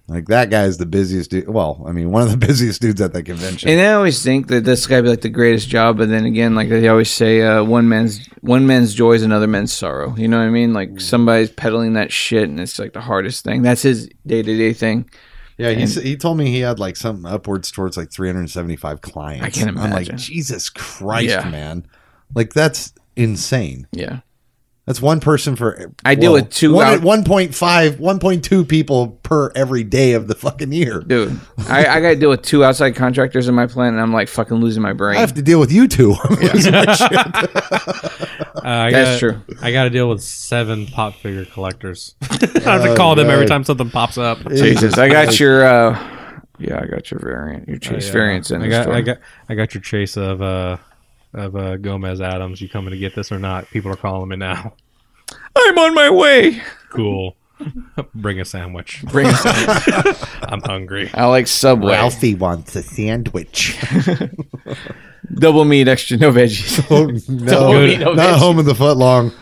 Speaker 9: Like that guy's the busiest dude. Well, I mean, one of the busiest dudes at the convention.
Speaker 8: And I always think that this guy be like the greatest job, but then again, like they always say, uh, one man's one man's joy is another man's sorrow. You know what I mean? Like somebody's peddling that shit, and it's like the hardest thing. That's his day to day thing.
Speaker 9: yeah, he, s- he told me he had like something upwards towards like 375 clients.
Speaker 8: I can
Speaker 9: I'm
Speaker 8: imagine.
Speaker 9: like, Jesus Christ,
Speaker 8: Yeah.
Speaker 9: man. Like that's insane.
Speaker 8: Yeah,
Speaker 9: That's one person for.
Speaker 8: I deal with two
Speaker 9: One,
Speaker 8: out-
Speaker 9: 1.5, 1.2 people per every day of the fucking year.
Speaker 8: dude, I, I got to deal with two outside contractors in my plant, and I'm like fucking losing my brain.
Speaker 9: I have to deal with you two.
Speaker 10: Uh, I
Speaker 8: That's
Speaker 10: gotta-
Speaker 8: true.
Speaker 10: I got to deal with seven pop figure collectors. I have to call them every
Speaker 9: God.
Speaker 10: time something pops up.
Speaker 8: Jesus, I got your. Uh, yeah, I got your variant, your chase variants in
Speaker 10: Oh, I
Speaker 8: the
Speaker 10: got,
Speaker 8: store.
Speaker 10: I got, I got your chase of uh, of uh, Gomez Adams. You coming to get this or not? People are calling me now.
Speaker 8: I'm on my way.
Speaker 10: Cool. Bring a sandwich.
Speaker 8: Bring us-
Speaker 10: I'm hungry.
Speaker 8: I like Subway.
Speaker 9: wants a sandwich.
Speaker 8: Double meat, extra no veggies.
Speaker 9: oh, no, not home of the foot long.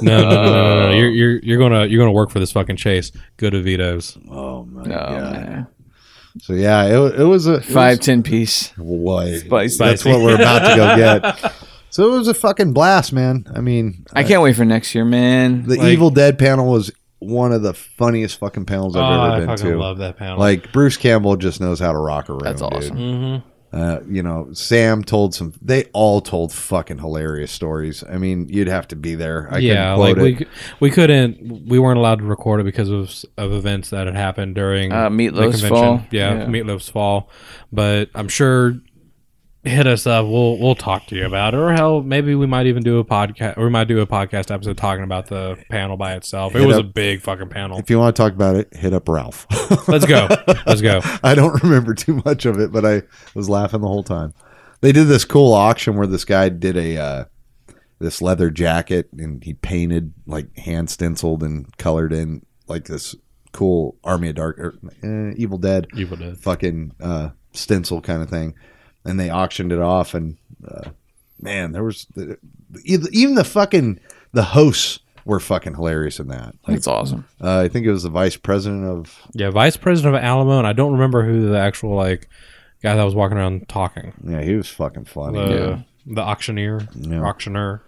Speaker 10: No, no, no, no, no, no. You're, you're you're gonna you're gonna work for this fucking chase. Go to Vito's.
Speaker 9: Oh my
Speaker 8: No,
Speaker 9: god.
Speaker 8: man.
Speaker 9: So yeah, it, wa- it was a it
Speaker 8: five ten piece.
Speaker 9: Was, what?
Speaker 8: Spicy.
Speaker 9: That's what we're about to go get. So it was a fucking blast, man. I mean,
Speaker 8: I can't wait for next year, man.
Speaker 9: the
Speaker 10: like-
Speaker 9: Evil Dead panel was one of the funniest fucking panels
Speaker 10: Oh,
Speaker 9: I've
Speaker 10: I
Speaker 9: ever been
Speaker 10: fucking
Speaker 9: to.
Speaker 10: love that panel.
Speaker 9: Like Bruce Campbell just knows how to rock a room.
Speaker 8: That's awesome.
Speaker 9: Dude.
Speaker 10: Mm-hmm.
Speaker 9: Uh, you know, Sam told some. They all told fucking hilarious stories. I mean, you'd have to be there. I couldn't
Speaker 10: yeah,
Speaker 9: quote
Speaker 10: like we
Speaker 9: it.
Speaker 10: c- we couldn't we weren't allowed to record it because of s- of events that had happened during
Speaker 8: Uh, Meatloaf's fall.
Speaker 10: Yeah,
Speaker 8: Yeah.
Speaker 10: Meatloaf's fall. But I'm sure hit us up. We'll we'll talk to you about it, or hell, maybe we might even do a podcast. or We might do a podcast episode talking about the panel by itself. It
Speaker 9: Hit
Speaker 10: was
Speaker 9: up-
Speaker 10: a big fucking panel.
Speaker 9: if you want to talk about it, hit up Ralph.
Speaker 10: Let's go. Let's go.
Speaker 9: I don't remember too much of it, but I was laughing the whole time. They did this cool auction where this guy did a uh, this leather jacket and he painted like hand stenciled and colored in like this cool Army of Dark or, uh, Evil Dead
Speaker 10: Evil Dead.
Speaker 9: fucking uh, stencil kind of thing, and they auctioned it off. And uh, man, there was the, e, even the fucking the hosts were fucking hilarious in that.
Speaker 8: That's awesome.
Speaker 9: Uh, I think it was the vice president of
Speaker 10: Yeah, vice president of Alamo, and I don't remember who the actual like guy that was walking around talking.
Speaker 9: yeah, he was fucking funny.
Speaker 10: The the auctioneer, or auctioneer.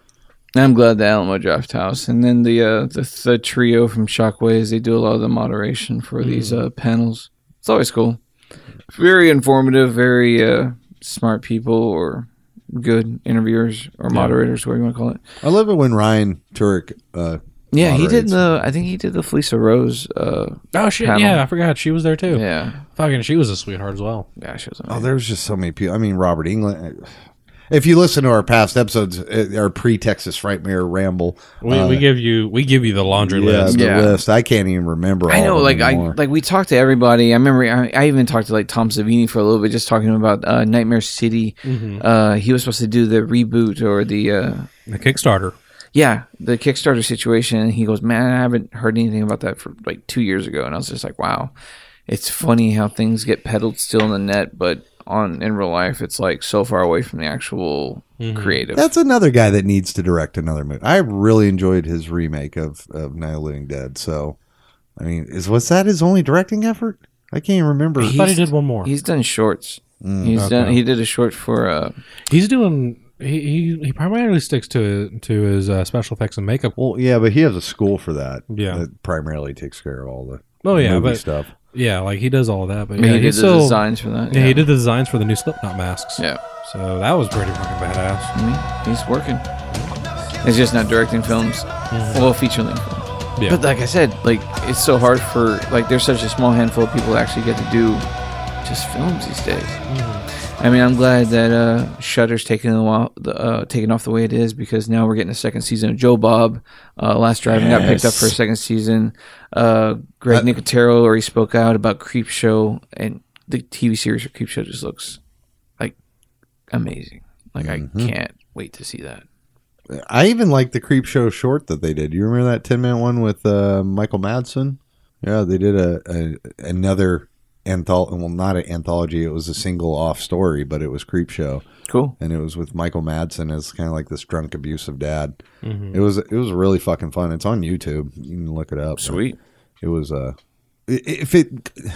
Speaker 8: And I'm glad the Alamo Draft House and then the uh, the, the trio from Shockwaves they do a lot of the moderation for these uh, panels. It's always cool. Very informative. Very uh, smart people or good interviewers or moderators, whatever you want to call it.
Speaker 9: I love it when Ryan Turek. Uh,
Speaker 8: Yeah, he did
Speaker 9: moderates.
Speaker 8: the. I think he did the Felisa Rose. Uh,
Speaker 10: Oh shit!
Speaker 8: Panel.
Speaker 10: Yeah, I forgot she was there too.
Speaker 8: yeah,
Speaker 10: Fucking, she was a sweetheart as well.
Speaker 8: yeah, she was.
Speaker 9: Oh,
Speaker 8: Amazing.
Speaker 9: there's just so many people. I mean, Robert England. If you listen to our past episodes, uh, our pre-Texas Frightmare ramble,
Speaker 10: We, we give you we give you the laundry
Speaker 9: yeah,
Speaker 10: list.
Speaker 9: the
Speaker 8: Yeah.
Speaker 9: list. I can't even remember.
Speaker 8: I
Speaker 9: all
Speaker 8: know,
Speaker 9: of
Speaker 8: like
Speaker 9: them
Speaker 8: I
Speaker 9: anymore.
Speaker 8: like we talked to everybody. I remember I, I even talked to like Tom Savini for a little bit, just talking about uh, Nightmare City. Uh, he was supposed to do the reboot or the uh,
Speaker 10: The Kickstarter.
Speaker 8: yeah the Kickstarter situation. And he goes, man, I haven't heard anything about that for like two years ago, and I was just like, wow, it's funny how things get peddled still in the net, but on in real life, it's like so far away from the actual
Speaker 10: Mm-hmm.
Speaker 8: creative.
Speaker 9: That's another guy that needs to direct another movie. I really enjoyed his remake of of Night of the Living Dead. So, I mean, is was that his only directing effort? I can't even remember.
Speaker 10: I thought he did one more. He's,
Speaker 8: He's done shorts. he's done. He did a short for. Uh,
Speaker 10: doing. He, he he primarily sticks to to his uh, special effects and makeup.
Speaker 9: Well, yeah, but he has a school for that.
Speaker 10: Yeah.
Speaker 9: that primarily takes care of all the
Speaker 10: Oh, yeah,
Speaker 9: movie
Speaker 10: but-
Speaker 9: stuff.
Speaker 10: Yeah, like he does all that. But
Speaker 8: he
Speaker 10: yeah,
Speaker 8: did
Speaker 10: he's
Speaker 8: the
Speaker 10: still-
Speaker 8: designs for that.
Speaker 10: Yeah, he did the designs for the new Slipknot masks.
Speaker 8: Yeah.
Speaker 10: So that was pretty fucking badass.
Speaker 8: I mean, he's working. It's just not directing films.
Speaker 10: Mm-hmm.
Speaker 8: Well, feature length. films.
Speaker 10: Yeah.
Speaker 8: But like I said, like it's so hard for like there's such a small handful of people that actually get to do just films these days. I mean, I'm glad that uh, Shutter's taking a while, the, uh, taking off the way it is because now we're getting a second season of Joe Bob. Uh, Last Driving got picked up for a second season. Uh, Greg Nicotero already spoke out about Creep Show, and the TV series for Creep Show just looks like amazing. Like I can't wait to see that.
Speaker 9: I even like the Creep Show short that they did. You remember that 10 minute one with uh, Michael Madsen? Yeah, they did a, a another anthology. Well, not an anthology. It was a single off story, but it was Creep Show,
Speaker 8: Cool.
Speaker 9: and it was with Michael Madsen as kind of like this drunk, abusive dad. It was it was really fucking fun. It's on YouTube. You can look it up. It was uh, i- if it.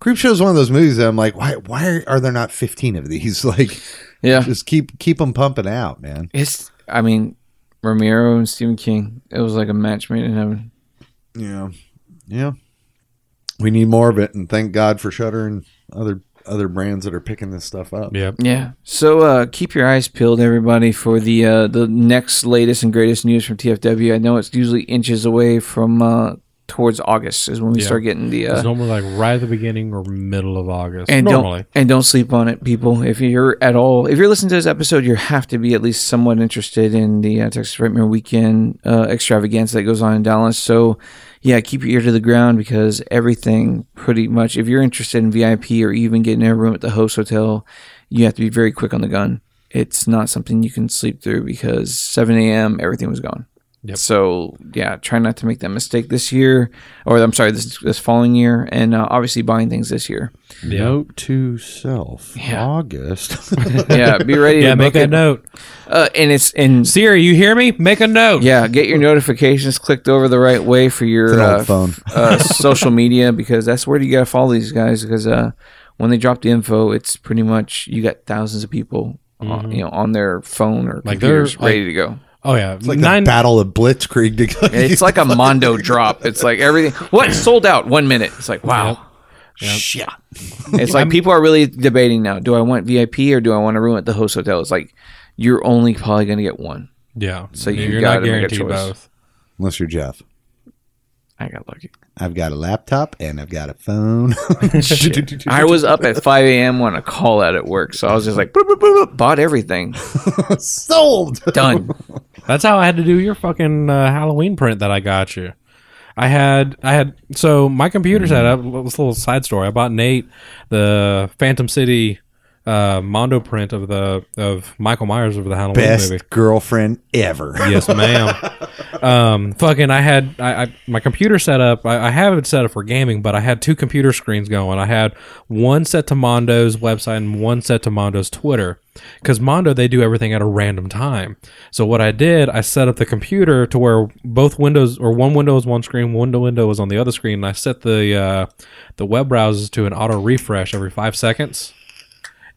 Speaker 9: Creep Show is one of those movies that I'm like, why? Why are there not 15 of these? Like,
Speaker 8: Yeah.
Speaker 9: just keep keep them pumping out, man.
Speaker 8: It's. I mean, Romero and Stephen King. It was like a match made in heaven.
Speaker 9: Yeah. Yeah. We need more of it and thank God for Shutter and other other brands that are picking this stuff up.
Speaker 10: Yep.
Speaker 8: Yeah. So uh, keep your eyes peeled, everybody, for the uh, the next latest and greatest news from TFW. I know it's usually inches away from uh, towards August is when we
Speaker 10: Yeah.
Speaker 8: start getting the.
Speaker 10: It's
Speaker 8: Uh,
Speaker 10: normally like right at the beginning or middle of August.
Speaker 8: and
Speaker 10: normally.
Speaker 8: don't and don't sleep on it, people. If you're at all, if you're listening to this episode, you have to be at least somewhat interested in the uh, Texas Frightmare Weekend uh, extravaganza that goes on in Dallas. So, yeah, keep your ear to the ground because everything, pretty much, if you're interested in VIP or even getting a room at the host hotel, you have to be very quick on the gun. It's not something you can sleep through because 7 a.m. everything was gone. So yeah, try not to make that mistake this year, or I'm sorry, this this following year, and uh, obviously buying things this year.
Speaker 9: Note to self. August.
Speaker 8: yeah, be ready.
Speaker 10: Yeah,
Speaker 8: to
Speaker 10: make
Speaker 8: book
Speaker 10: a
Speaker 8: it.
Speaker 10: note.
Speaker 8: Uh, and it's and
Speaker 10: Siri, you hear me? Make a note.
Speaker 8: yeah, get your notifications clicked over the right way for your
Speaker 9: an old
Speaker 8: uh,
Speaker 9: phone.
Speaker 8: uh, social media because that's where you gotta follow these guys because uh, when they drop the info, it's pretty much you got thousands of people. On, you know, on their phone or
Speaker 10: Mm-hmm. Like they're,
Speaker 8: computers, ready to go.
Speaker 10: Oh yeah.
Speaker 9: like the Battle of Blitzkrieg to go.
Speaker 8: It's like a Mondo drop. It's like everything. What sold out one minute? It's like wow.
Speaker 9: shit.
Speaker 8: It's like people are really debating now. Do I want VIP or do I want to room at the host hotel? It's like you're only probably going to get one.
Speaker 10: yeah. So
Speaker 8: you
Speaker 10: you're
Speaker 8: gotta
Speaker 10: not
Speaker 8: make a
Speaker 10: guaranteed
Speaker 8: choice.
Speaker 10: both.
Speaker 9: Unless you're Jeff.
Speaker 8: I got lucky.
Speaker 9: I've got a laptop and I've got a phone.
Speaker 8: I was up at 5 a.m. on a call out at work, so I was just like, boop, boop, boop, boop, bought everything,
Speaker 9: Sold.
Speaker 8: done.
Speaker 10: That's how I had to do your fucking uh, Halloween print that I got you. I had I had so my computer set up. This little side story. I bought Nate the Phantom City uh, mondo print of the of Michael Myers of the Halloween
Speaker 9: Best
Speaker 10: movie.
Speaker 9: girlfriend ever.
Speaker 10: Yes, ma'am. um, fucking, I had I, I my computer set up. I, I have it set up for gaming, but I had two computer screens going. I had one set to Mondo's website and one set to Mondo's Twitter, because Mondo they do everything at a random time. So what I did, I set up the computer to where both windows or one window was one screen, one window was on the other screen, and I set the uh, the web browsers to an auto refresh every five seconds.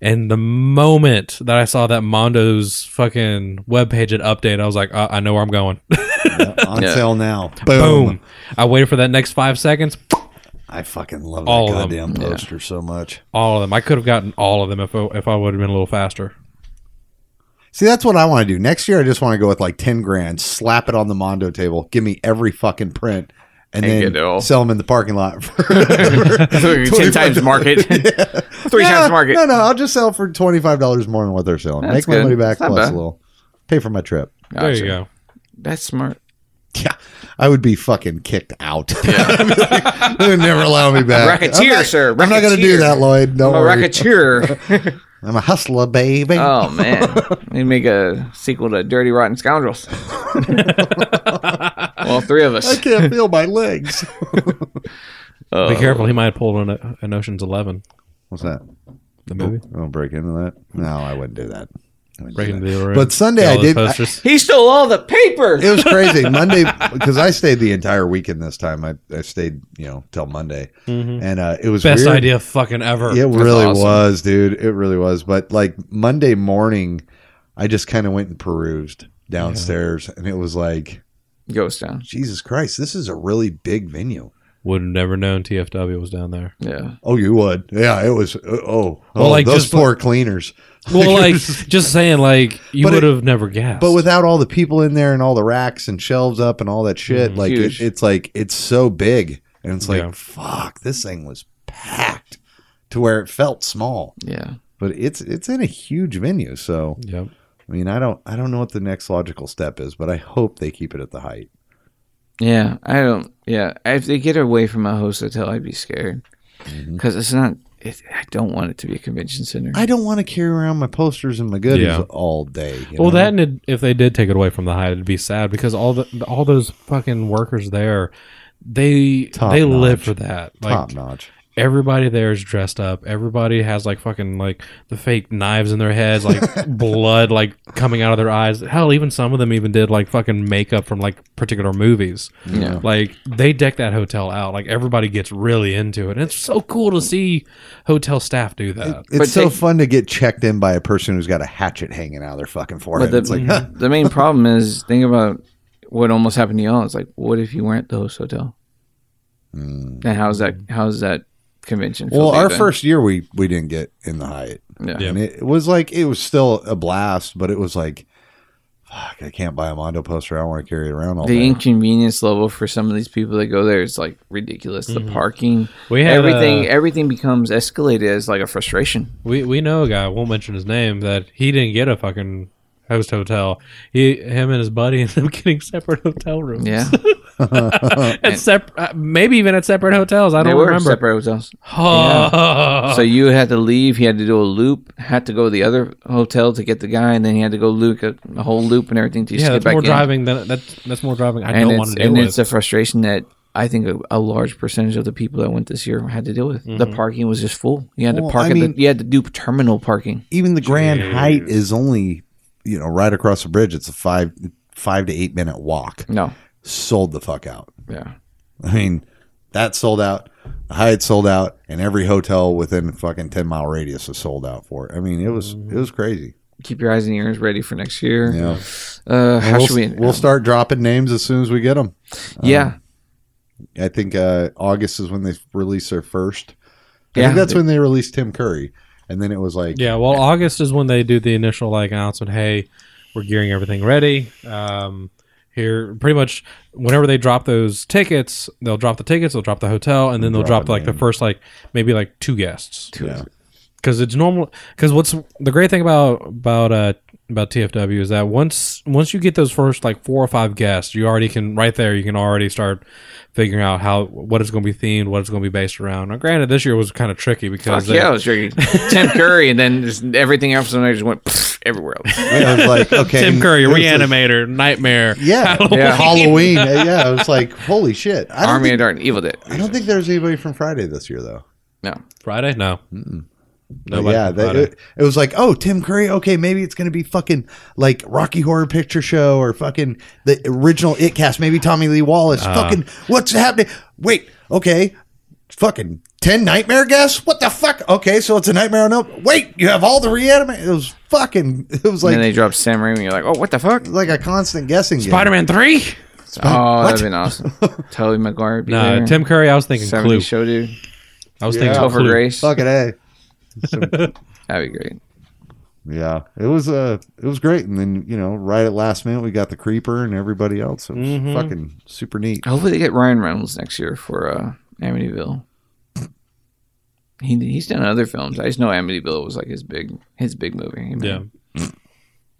Speaker 10: And the moment that I saw that Mondo's fucking webpage had updated, I was like, uh, I know where I'm going.
Speaker 9: On sale now. Boom.
Speaker 10: Boom. I waited for that next five seconds.
Speaker 9: I fucking love
Speaker 10: All
Speaker 9: that
Speaker 10: of them.
Speaker 9: goddamn poster so much.
Speaker 10: All of them. I could have gotten all of them if I, if I would have been a little faster.
Speaker 9: See, that's what I want to do. Next year, I just want to go with like 10 grand, slap it on the Mondo table, give me every fucking print, and,
Speaker 11: And get it
Speaker 9: then
Speaker 11: all.
Speaker 9: sell them in the parking lot. For
Speaker 11: Ten times market. Three
Speaker 9: Yeah,
Speaker 11: times market.
Speaker 9: No, no, I'll just sell for $25 more than what they're selling.
Speaker 8: That's
Speaker 9: Make my
Speaker 8: good.
Speaker 9: money back
Speaker 8: It's not
Speaker 9: plus
Speaker 8: bad.
Speaker 9: a little. Pay for my trip.
Speaker 10: There
Speaker 11: Gotcha.
Speaker 10: you go.
Speaker 8: That's smart.
Speaker 9: Yeah, I would be fucking kicked out. they would never allow me back.
Speaker 11: Racketeer,
Speaker 9: I'm not,
Speaker 11: sir,
Speaker 9: I'm not going to
Speaker 11: racketeer.
Speaker 9: do that, Lloyd. Don't
Speaker 11: I'm a
Speaker 9: worry.
Speaker 11: racketeer.
Speaker 9: I'm a hustler, baby.
Speaker 11: oh man.
Speaker 8: We make a sequel to Dirty Rotten Scoundrels.
Speaker 11: All three of
Speaker 9: I
Speaker 11: us.
Speaker 9: can't feel my legs.
Speaker 10: Be careful. He might have pulled an, an Ocean's Eleven,
Speaker 9: What's that?
Speaker 10: the movie.
Speaker 9: I don't break into that. No, I wouldn't do that. I wouldn't do
Speaker 10: Breaking
Speaker 9: that.
Speaker 10: the Deal Room.
Speaker 9: But Sunday
Speaker 10: Got all
Speaker 9: I
Speaker 10: those
Speaker 9: did. I-
Speaker 10: posters.
Speaker 11: He stole all the paper.
Speaker 9: it was crazy Monday because I stayed the entire weekend this time. I, I stayed you know till Monday, and uh, it was
Speaker 10: Mm-hmm. Best
Speaker 9: weird.
Speaker 10: idea fucking ever.
Speaker 9: It really was, dude. It really was. But like Monday morning, I just kind of went and perused downstairs, and it was like,
Speaker 8: Ghost Town.
Speaker 9: Jesus Christ, this is a really big venue.
Speaker 10: Would have never known TFW was down there.
Speaker 8: Yeah.
Speaker 9: Oh, you would, yeah. It was. Oh,
Speaker 10: Well,
Speaker 9: oh,
Speaker 10: like,
Speaker 9: those
Speaker 10: just-
Speaker 9: poor cleaners.
Speaker 10: Well, like, just saying, like, you
Speaker 9: But it-
Speaker 10: would have never guessed.
Speaker 9: But without all the people in there and all the racks and shelves up and all that shit, like it,
Speaker 8: Huge.
Speaker 9: it's like it's so big, and it's like
Speaker 10: Yeah.
Speaker 9: fuck, this thing was packed to where it felt small.
Speaker 8: Yeah.
Speaker 9: But it's it's in a huge venue, so
Speaker 10: Yep.
Speaker 9: I mean, I don't I don't know what the next logical step is, but I hope they keep it at the height.
Speaker 8: Yeah. I don't. Yeah. If they get away from a host hotel, I'd be scared because it's not. It, I don't want it to be a convention center.
Speaker 9: I don't want to carry around my posters and my goodies
Speaker 10: Yeah.
Speaker 9: all day. you
Speaker 10: Well,
Speaker 9: know?
Speaker 10: that and it, if they did take it away from the height, it'd be sad because all the all those fucking workers there, they
Speaker 9: Top
Speaker 10: they live
Speaker 9: notch.
Speaker 10: for that. Like
Speaker 9: top notch.
Speaker 10: everybody there is dressed up. Everybody has like fucking like the fake knives in their heads, like blood like coming out of their eyes. Hell, even some of them even did like fucking makeup from like particular movies.
Speaker 8: Yeah.
Speaker 10: Like they deck that hotel out. Like everybody gets really into it. And it's so cool to see hotel staff do that.
Speaker 9: It's
Speaker 8: But
Speaker 9: so
Speaker 8: take-
Speaker 9: fun to get checked in by a person who's got a hatchet hanging out of their fucking
Speaker 8: But
Speaker 9: forehead.
Speaker 8: the, Mm-hmm.
Speaker 9: it's like,
Speaker 8: the main problem is think about what almost happened to y'all. It's like, what if you weren't the host hotel? And how's that? How's that convention?
Speaker 9: Mm. well,
Speaker 8: filthy
Speaker 9: our
Speaker 8: then?
Speaker 9: first year we we didn't get in the height.
Speaker 8: yeah.
Speaker 10: Yeah.
Speaker 9: And it was like it was still a blast, but it was like, fuck, I can't buy a Mondo poster. I don't want to carry it around all
Speaker 8: The
Speaker 9: day.
Speaker 8: inconvenience level for some of these people that go there is like ridiculous. The parking,
Speaker 10: Mm-hmm. We had,
Speaker 8: everything,
Speaker 10: uh,
Speaker 8: everything becomes escalated as like a frustration.
Speaker 10: We we know a guy. I won't mention his name. That he didn't get a fucking host hotel. He him and his buddy ended up getting separate hotel rooms.
Speaker 8: Yeah,
Speaker 10: at separate, maybe even at separate hotels. I
Speaker 8: they
Speaker 10: don't
Speaker 8: were
Speaker 10: remember.
Speaker 8: separate hotels.
Speaker 10: Oh.
Speaker 8: So you had to leave. He had to do a loop. Had to go to the other hotel to get the guy, and then he had to go loop a, a whole loop and everything to just
Speaker 10: yeah,
Speaker 8: get
Speaker 10: that's
Speaker 8: back
Speaker 10: more
Speaker 8: in.
Speaker 10: driving than that's that's more driving. I
Speaker 8: and
Speaker 10: don't
Speaker 8: it's,
Speaker 10: want to deal
Speaker 8: and
Speaker 10: with.
Speaker 8: it's a frustration that I think a, a large percentage of the people that went this year had to deal with. The
Speaker 10: Mm-hmm.
Speaker 8: parking was just full. You had
Speaker 9: Well,
Speaker 8: to park.
Speaker 9: I
Speaker 8: at
Speaker 9: mean-
Speaker 8: the, you had to do terminal parking.
Speaker 9: Even the Grand Height is only, you know, right across the bridge. It's a five five to eight minute walk.
Speaker 8: No,
Speaker 9: Sold the fuck out.
Speaker 8: yeah,
Speaker 9: I mean, that sold out. The Hyatt sold out, and every hotel within a fucking ten mile radius was sold out for it. I mean, it was it was crazy.
Speaker 8: keep your eyes and ears ready for next year.
Speaker 9: Yeah,
Speaker 8: Uh, how
Speaker 9: we'll,
Speaker 8: should we?
Speaker 9: we'll um, start dropping names as soon as we get them.
Speaker 8: yeah,
Speaker 9: I think uh, August is when they release their first. I
Speaker 8: Yeah.
Speaker 9: think that's when they released Tim Curry, and then it was like,
Speaker 10: yeah, well, August is when they do the initial like announcement. Hey, we're gearing everything ready. Um, here, pretty much whenever they drop those tickets, they'll drop the tickets, they'll drop the hotel, and then they'll drop, like the first like maybe like two guests.
Speaker 9: yeah.
Speaker 10: because it's normal. Because what's the great thing about about uh, about TFW is that once once you get those first like four or five guests, you already can right there you can already start figuring out how what it's going to be themed, what it's going to be based around. Now, granted, this year was kind of tricky because
Speaker 8: Fuck
Speaker 10: they-
Speaker 8: yeah, I was drinking Tim Curry, and then just everything else, and I just went pfft, everywhere else.
Speaker 9: I was like, okay,
Speaker 10: Tim Curry,
Speaker 9: this is-
Speaker 10: Reanimator, Nightmare.
Speaker 9: Yeah,
Speaker 10: Halloween.
Speaker 9: yeah. Halloween. uh, yeah, I was like, holy shit. I don't,
Speaker 8: Army
Speaker 9: think,
Speaker 8: of Darkness, Evil Dead.
Speaker 9: I don't think there's anybody from Friday this year though.
Speaker 8: No,
Speaker 10: Friday, no,
Speaker 9: But
Speaker 10: Nobody
Speaker 9: yeah,
Speaker 10: from
Speaker 9: that,
Speaker 10: Friday.
Speaker 9: it, it was like, oh, Tim Curry. Okay, maybe it's gonna be fucking like Rocky Horror Picture Show or fucking the original It cast. Maybe Tommy Lee Wallace. fucking what's happening? Wait, okay, fucking ten Nightmare guests. What the fuck? Okay, so it's a Nightmare on Elm. Wait, you have all the reanimate. It was fucking. It was
Speaker 8: and then
Speaker 9: like
Speaker 8: they dropped Sam Raimi. You're like, oh, what the fuck?
Speaker 9: like a constant guessing game.
Speaker 10: Spider Man Three.
Speaker 8: Oh,
Speaker 9: What?
Speaker 8: that'd been awesome. Toby McGuire.
Speaker 10: No, Tim Curry. I was thinking
Speaker 8: 70
Speaker 10: Clue.
Speaker 8: show dude.
Speaker 10: I was
Speaker 9: Yeah.
Speaker 10: thinking
Speaker 8: Topher
Speaker 10: Clue.
Speaker 8: Grace.
Speaker 9: Fucking a.
Speaker 8: That'd be great.
Speaker 9: Yeah, it was uh, it was great, and then you know, right at last minute, we got the creeper and everybody else. It was fucking super neat.
Speaker 8: Hopefully they get Ryan Reynolds next year for uh, Amityville. He, he's done other films. I just know Amityville was like his big his big movie. He made-
Speaker 10: Yeah.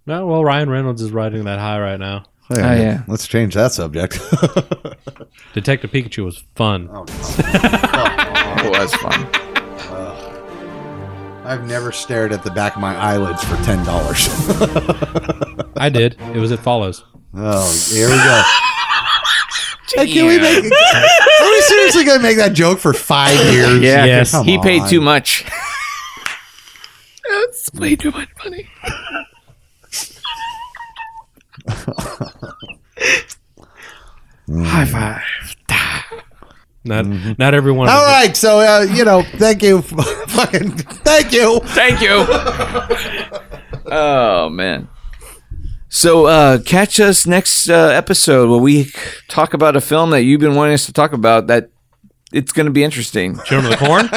Speaker 10: No, well, Ryan Reynolds is riding that high right now.
Speaker 9: Oh,
Speaker 8: Oh, yeah.
Speaker 9: let's change that subject.
Speaker 10: Detective Pikachu was fun.
Speaker 8: it was fun.
Speaker 9: I've never stared at the back of my eyelids for ten dollars.
Speaker 10: I did. It was It Follows.
Speaker 9: oh, here we go. Hey, can we make? Are we seriously gonna make that joke for five years?
Speaker 8: Yeah,
Speaker 10: Yes.
Speaker 9: Come
Speaker 8: he paid
Speaker 9: on.
Speaker 8: too much. That's way too much money. High five.
Speaker 10: Not not everyone.
Speaker 9: All right, so uh, you know, thank you, fucking, thank you.
Speaker 8: Thank you. oh man. So uh, catch us next uh, episode where we talk about a film that you've been wanting us to talk about. That it's going to be interesting.
Speaker 10: Children of the Corn.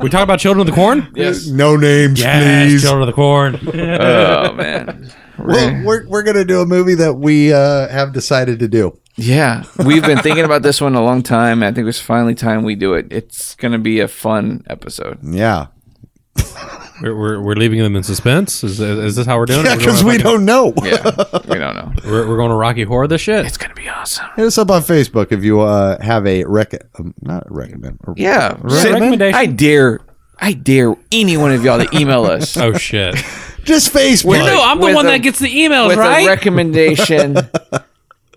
Speaker 10: we talk about Children of the Corn.
Speaker 8: Yes.
Speaker 9: No names, please.
Speaker 10: Children of the Corn.
Speaker 8: Oh man.
Speaker 9: Well, we're we're gonna do a movie that we uh, have decided to do.
Speaker 8: Yeah, we've been thinking about this one a long time. I think it was finally time we do it. It's going to be a fun episode.
Speaker 9: Yeah,
Speaker 10: we're, we're, we're leaving them in suspense. Is, is this how we're doing? it?
Speaker 9: yeah,
Speaker 10: We're going
Speaker 9: because we
Speaker 10: fucking-
Speaker 9: don't know.
Speaker 8: Yeah, we don't know.
Speaker 10: We're, we're going to Rocky Horror this shit.
Speaker 8: It's going to be awesome.
Speaker 9: Hit us up on Facebook if you uh, have a rec, um, not a recommend. a-
Speaker 8: Yeah.
Speaker 10: Recommend- Recommendation.
Speaker 8: I dare, I dare any one of y'all to email us
Speaker 10: oh shit!
Speaker 9: just Facebook.
Speaker 8: I'm the With one a- that gets
Speaker 10: the emails,
Speaker 8: with a recommendation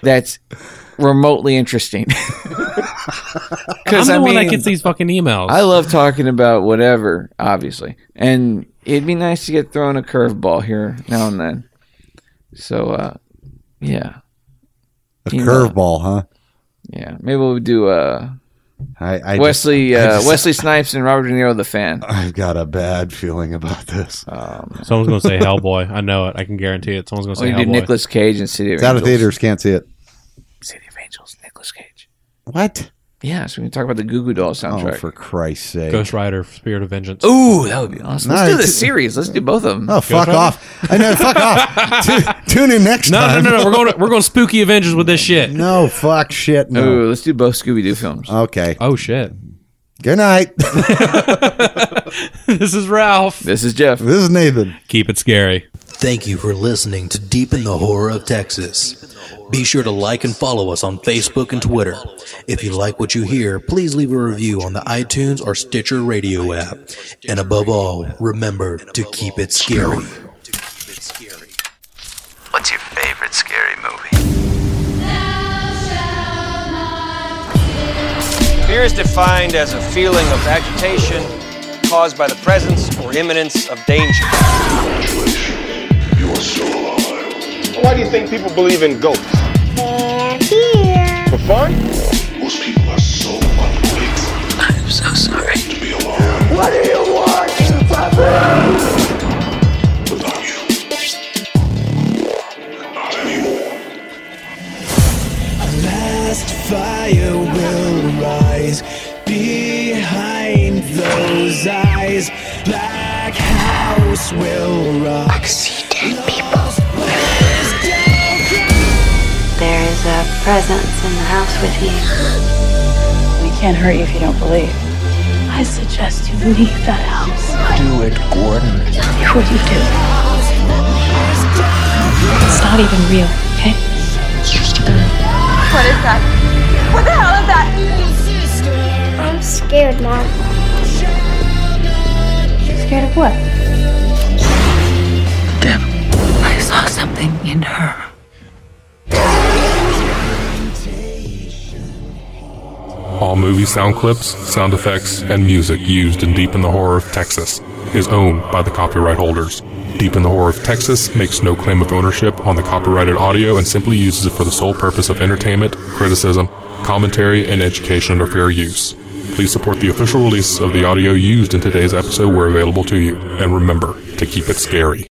Speaker 8: that's remotely interesting. Because I mean,
Speaker 10: these fucking emails.
Speaker 8: I love talking about whatever, obviously, and it'd be nice to get thrown a curveball here now and then. So, uh, yeah,
Speaker 9: a curveball, huh?
Speaker 8: yeah, maybe we'll do uh,
Speaker 9: I, I just-
Speaker 8: Wesley
Speaker 9: I
Speaker 8: uh,
Speaker 9: just-
Speaker 8: Wesley Snipes and Robert De Niro, the fan.
Speaker 9: I've got a bad feeling about this.
Speaker 8: Uh,
Speaker 10: Someone's going to say Hellboy. I know it. I can guarantee it. Someone's going to
Speaker 8: We
Speaker 10: say
Speaker 8: can do
Speaker 10: Hellboy.
Speaker 8: Nicolas Cage and City of
Speaker 9: Oh, it's out of
Speaker 8: Angels.
Speaker 9: theaters. Can't see it.
Speaker 8: City of Angels, Nicolas Cage.
Speaker 9: What?
Speaker 8: Yeah, so we can talk about the Goo Goo Dolls
Speaker 9: Oh,
Speaker 8: soundtrack.
Speaker 9: for Christ's sake!
Speaker 10: Ghost Rider, Spirit of Vengeance.
Speaker 8: Ooh, that would be awesome. Let's
Speaker 9: No,
Speaker 8: do the
Speaker 9: it's-
Speaker 8: series. Let's do both of them.
Speaker 9: oh, fuck
Speaker 10: Rider?
Speaker 9: off! I know. Fuck off! Tu- tune in next
Speaker 10: No, no,
Speaker 9: time.
Speaker 10: no, no. We're going. To, we're going spooky Avengers with this shit.
Speaker 9: no. Fuck shit. No.
Speaker 8: Ooh, let's do both Scooby Doo films.
Speaker 9: Okay.
Speaker 10: Oh shit!
Speaker 9: Good night.
Speaker 10: this is Ralph.
Speaker 8: This is Jeff.
Speaker 9: this is Nathan.
Speaker 10: Keep it scary.
Speaker 7: Thank you for listening to Deepen the Horror of Texas. Be sure to like and follow us on Facebook and Twitter. If you like what you hear, please leave a review on the iTunes or Stitcher radio app. And above all, remember to keep it scary.
Speaker 4: What's your favorite scary movie?
Speaker 12: Fear is defined as a feeling of agitation caused by the presence or imminence of danger.
Speaker 4: Why do you think people believe in ghosts? For fun? Most people are so ungrateful. I'm so sorry. To be alone. What do you want, you Without you. Not anymore. A last fire will rise behind those eyes. Black house will rise. I can see dead people.
Speaker 5: There is a presence in the house with you. We can't hurt you if you don't believe. I suggest you leave that house.
Speaker 4: Do it, Gordon.
Speaker 5: Before you do,
Speaker 13: even real, okay? It's just a bird.
Speaker 14: What is that? What the hell is that? I'm scared, Mom.
Speaker 15: Scared of what?
Speaker 5: I saw something in her.
Speaker 7: All movie sound clips, sound effects, and music used in Deep in the Horror of Texas is owned by the copyright holders. Deep in the Horror of Texas makes no claim of ownership on the copyrighted audio and simply uses it for the sole purpose of entertainment, criticism, commentary, and education under fair use. Please support the official release of the audio used in today's episode where available to you, and remember to keep it scary.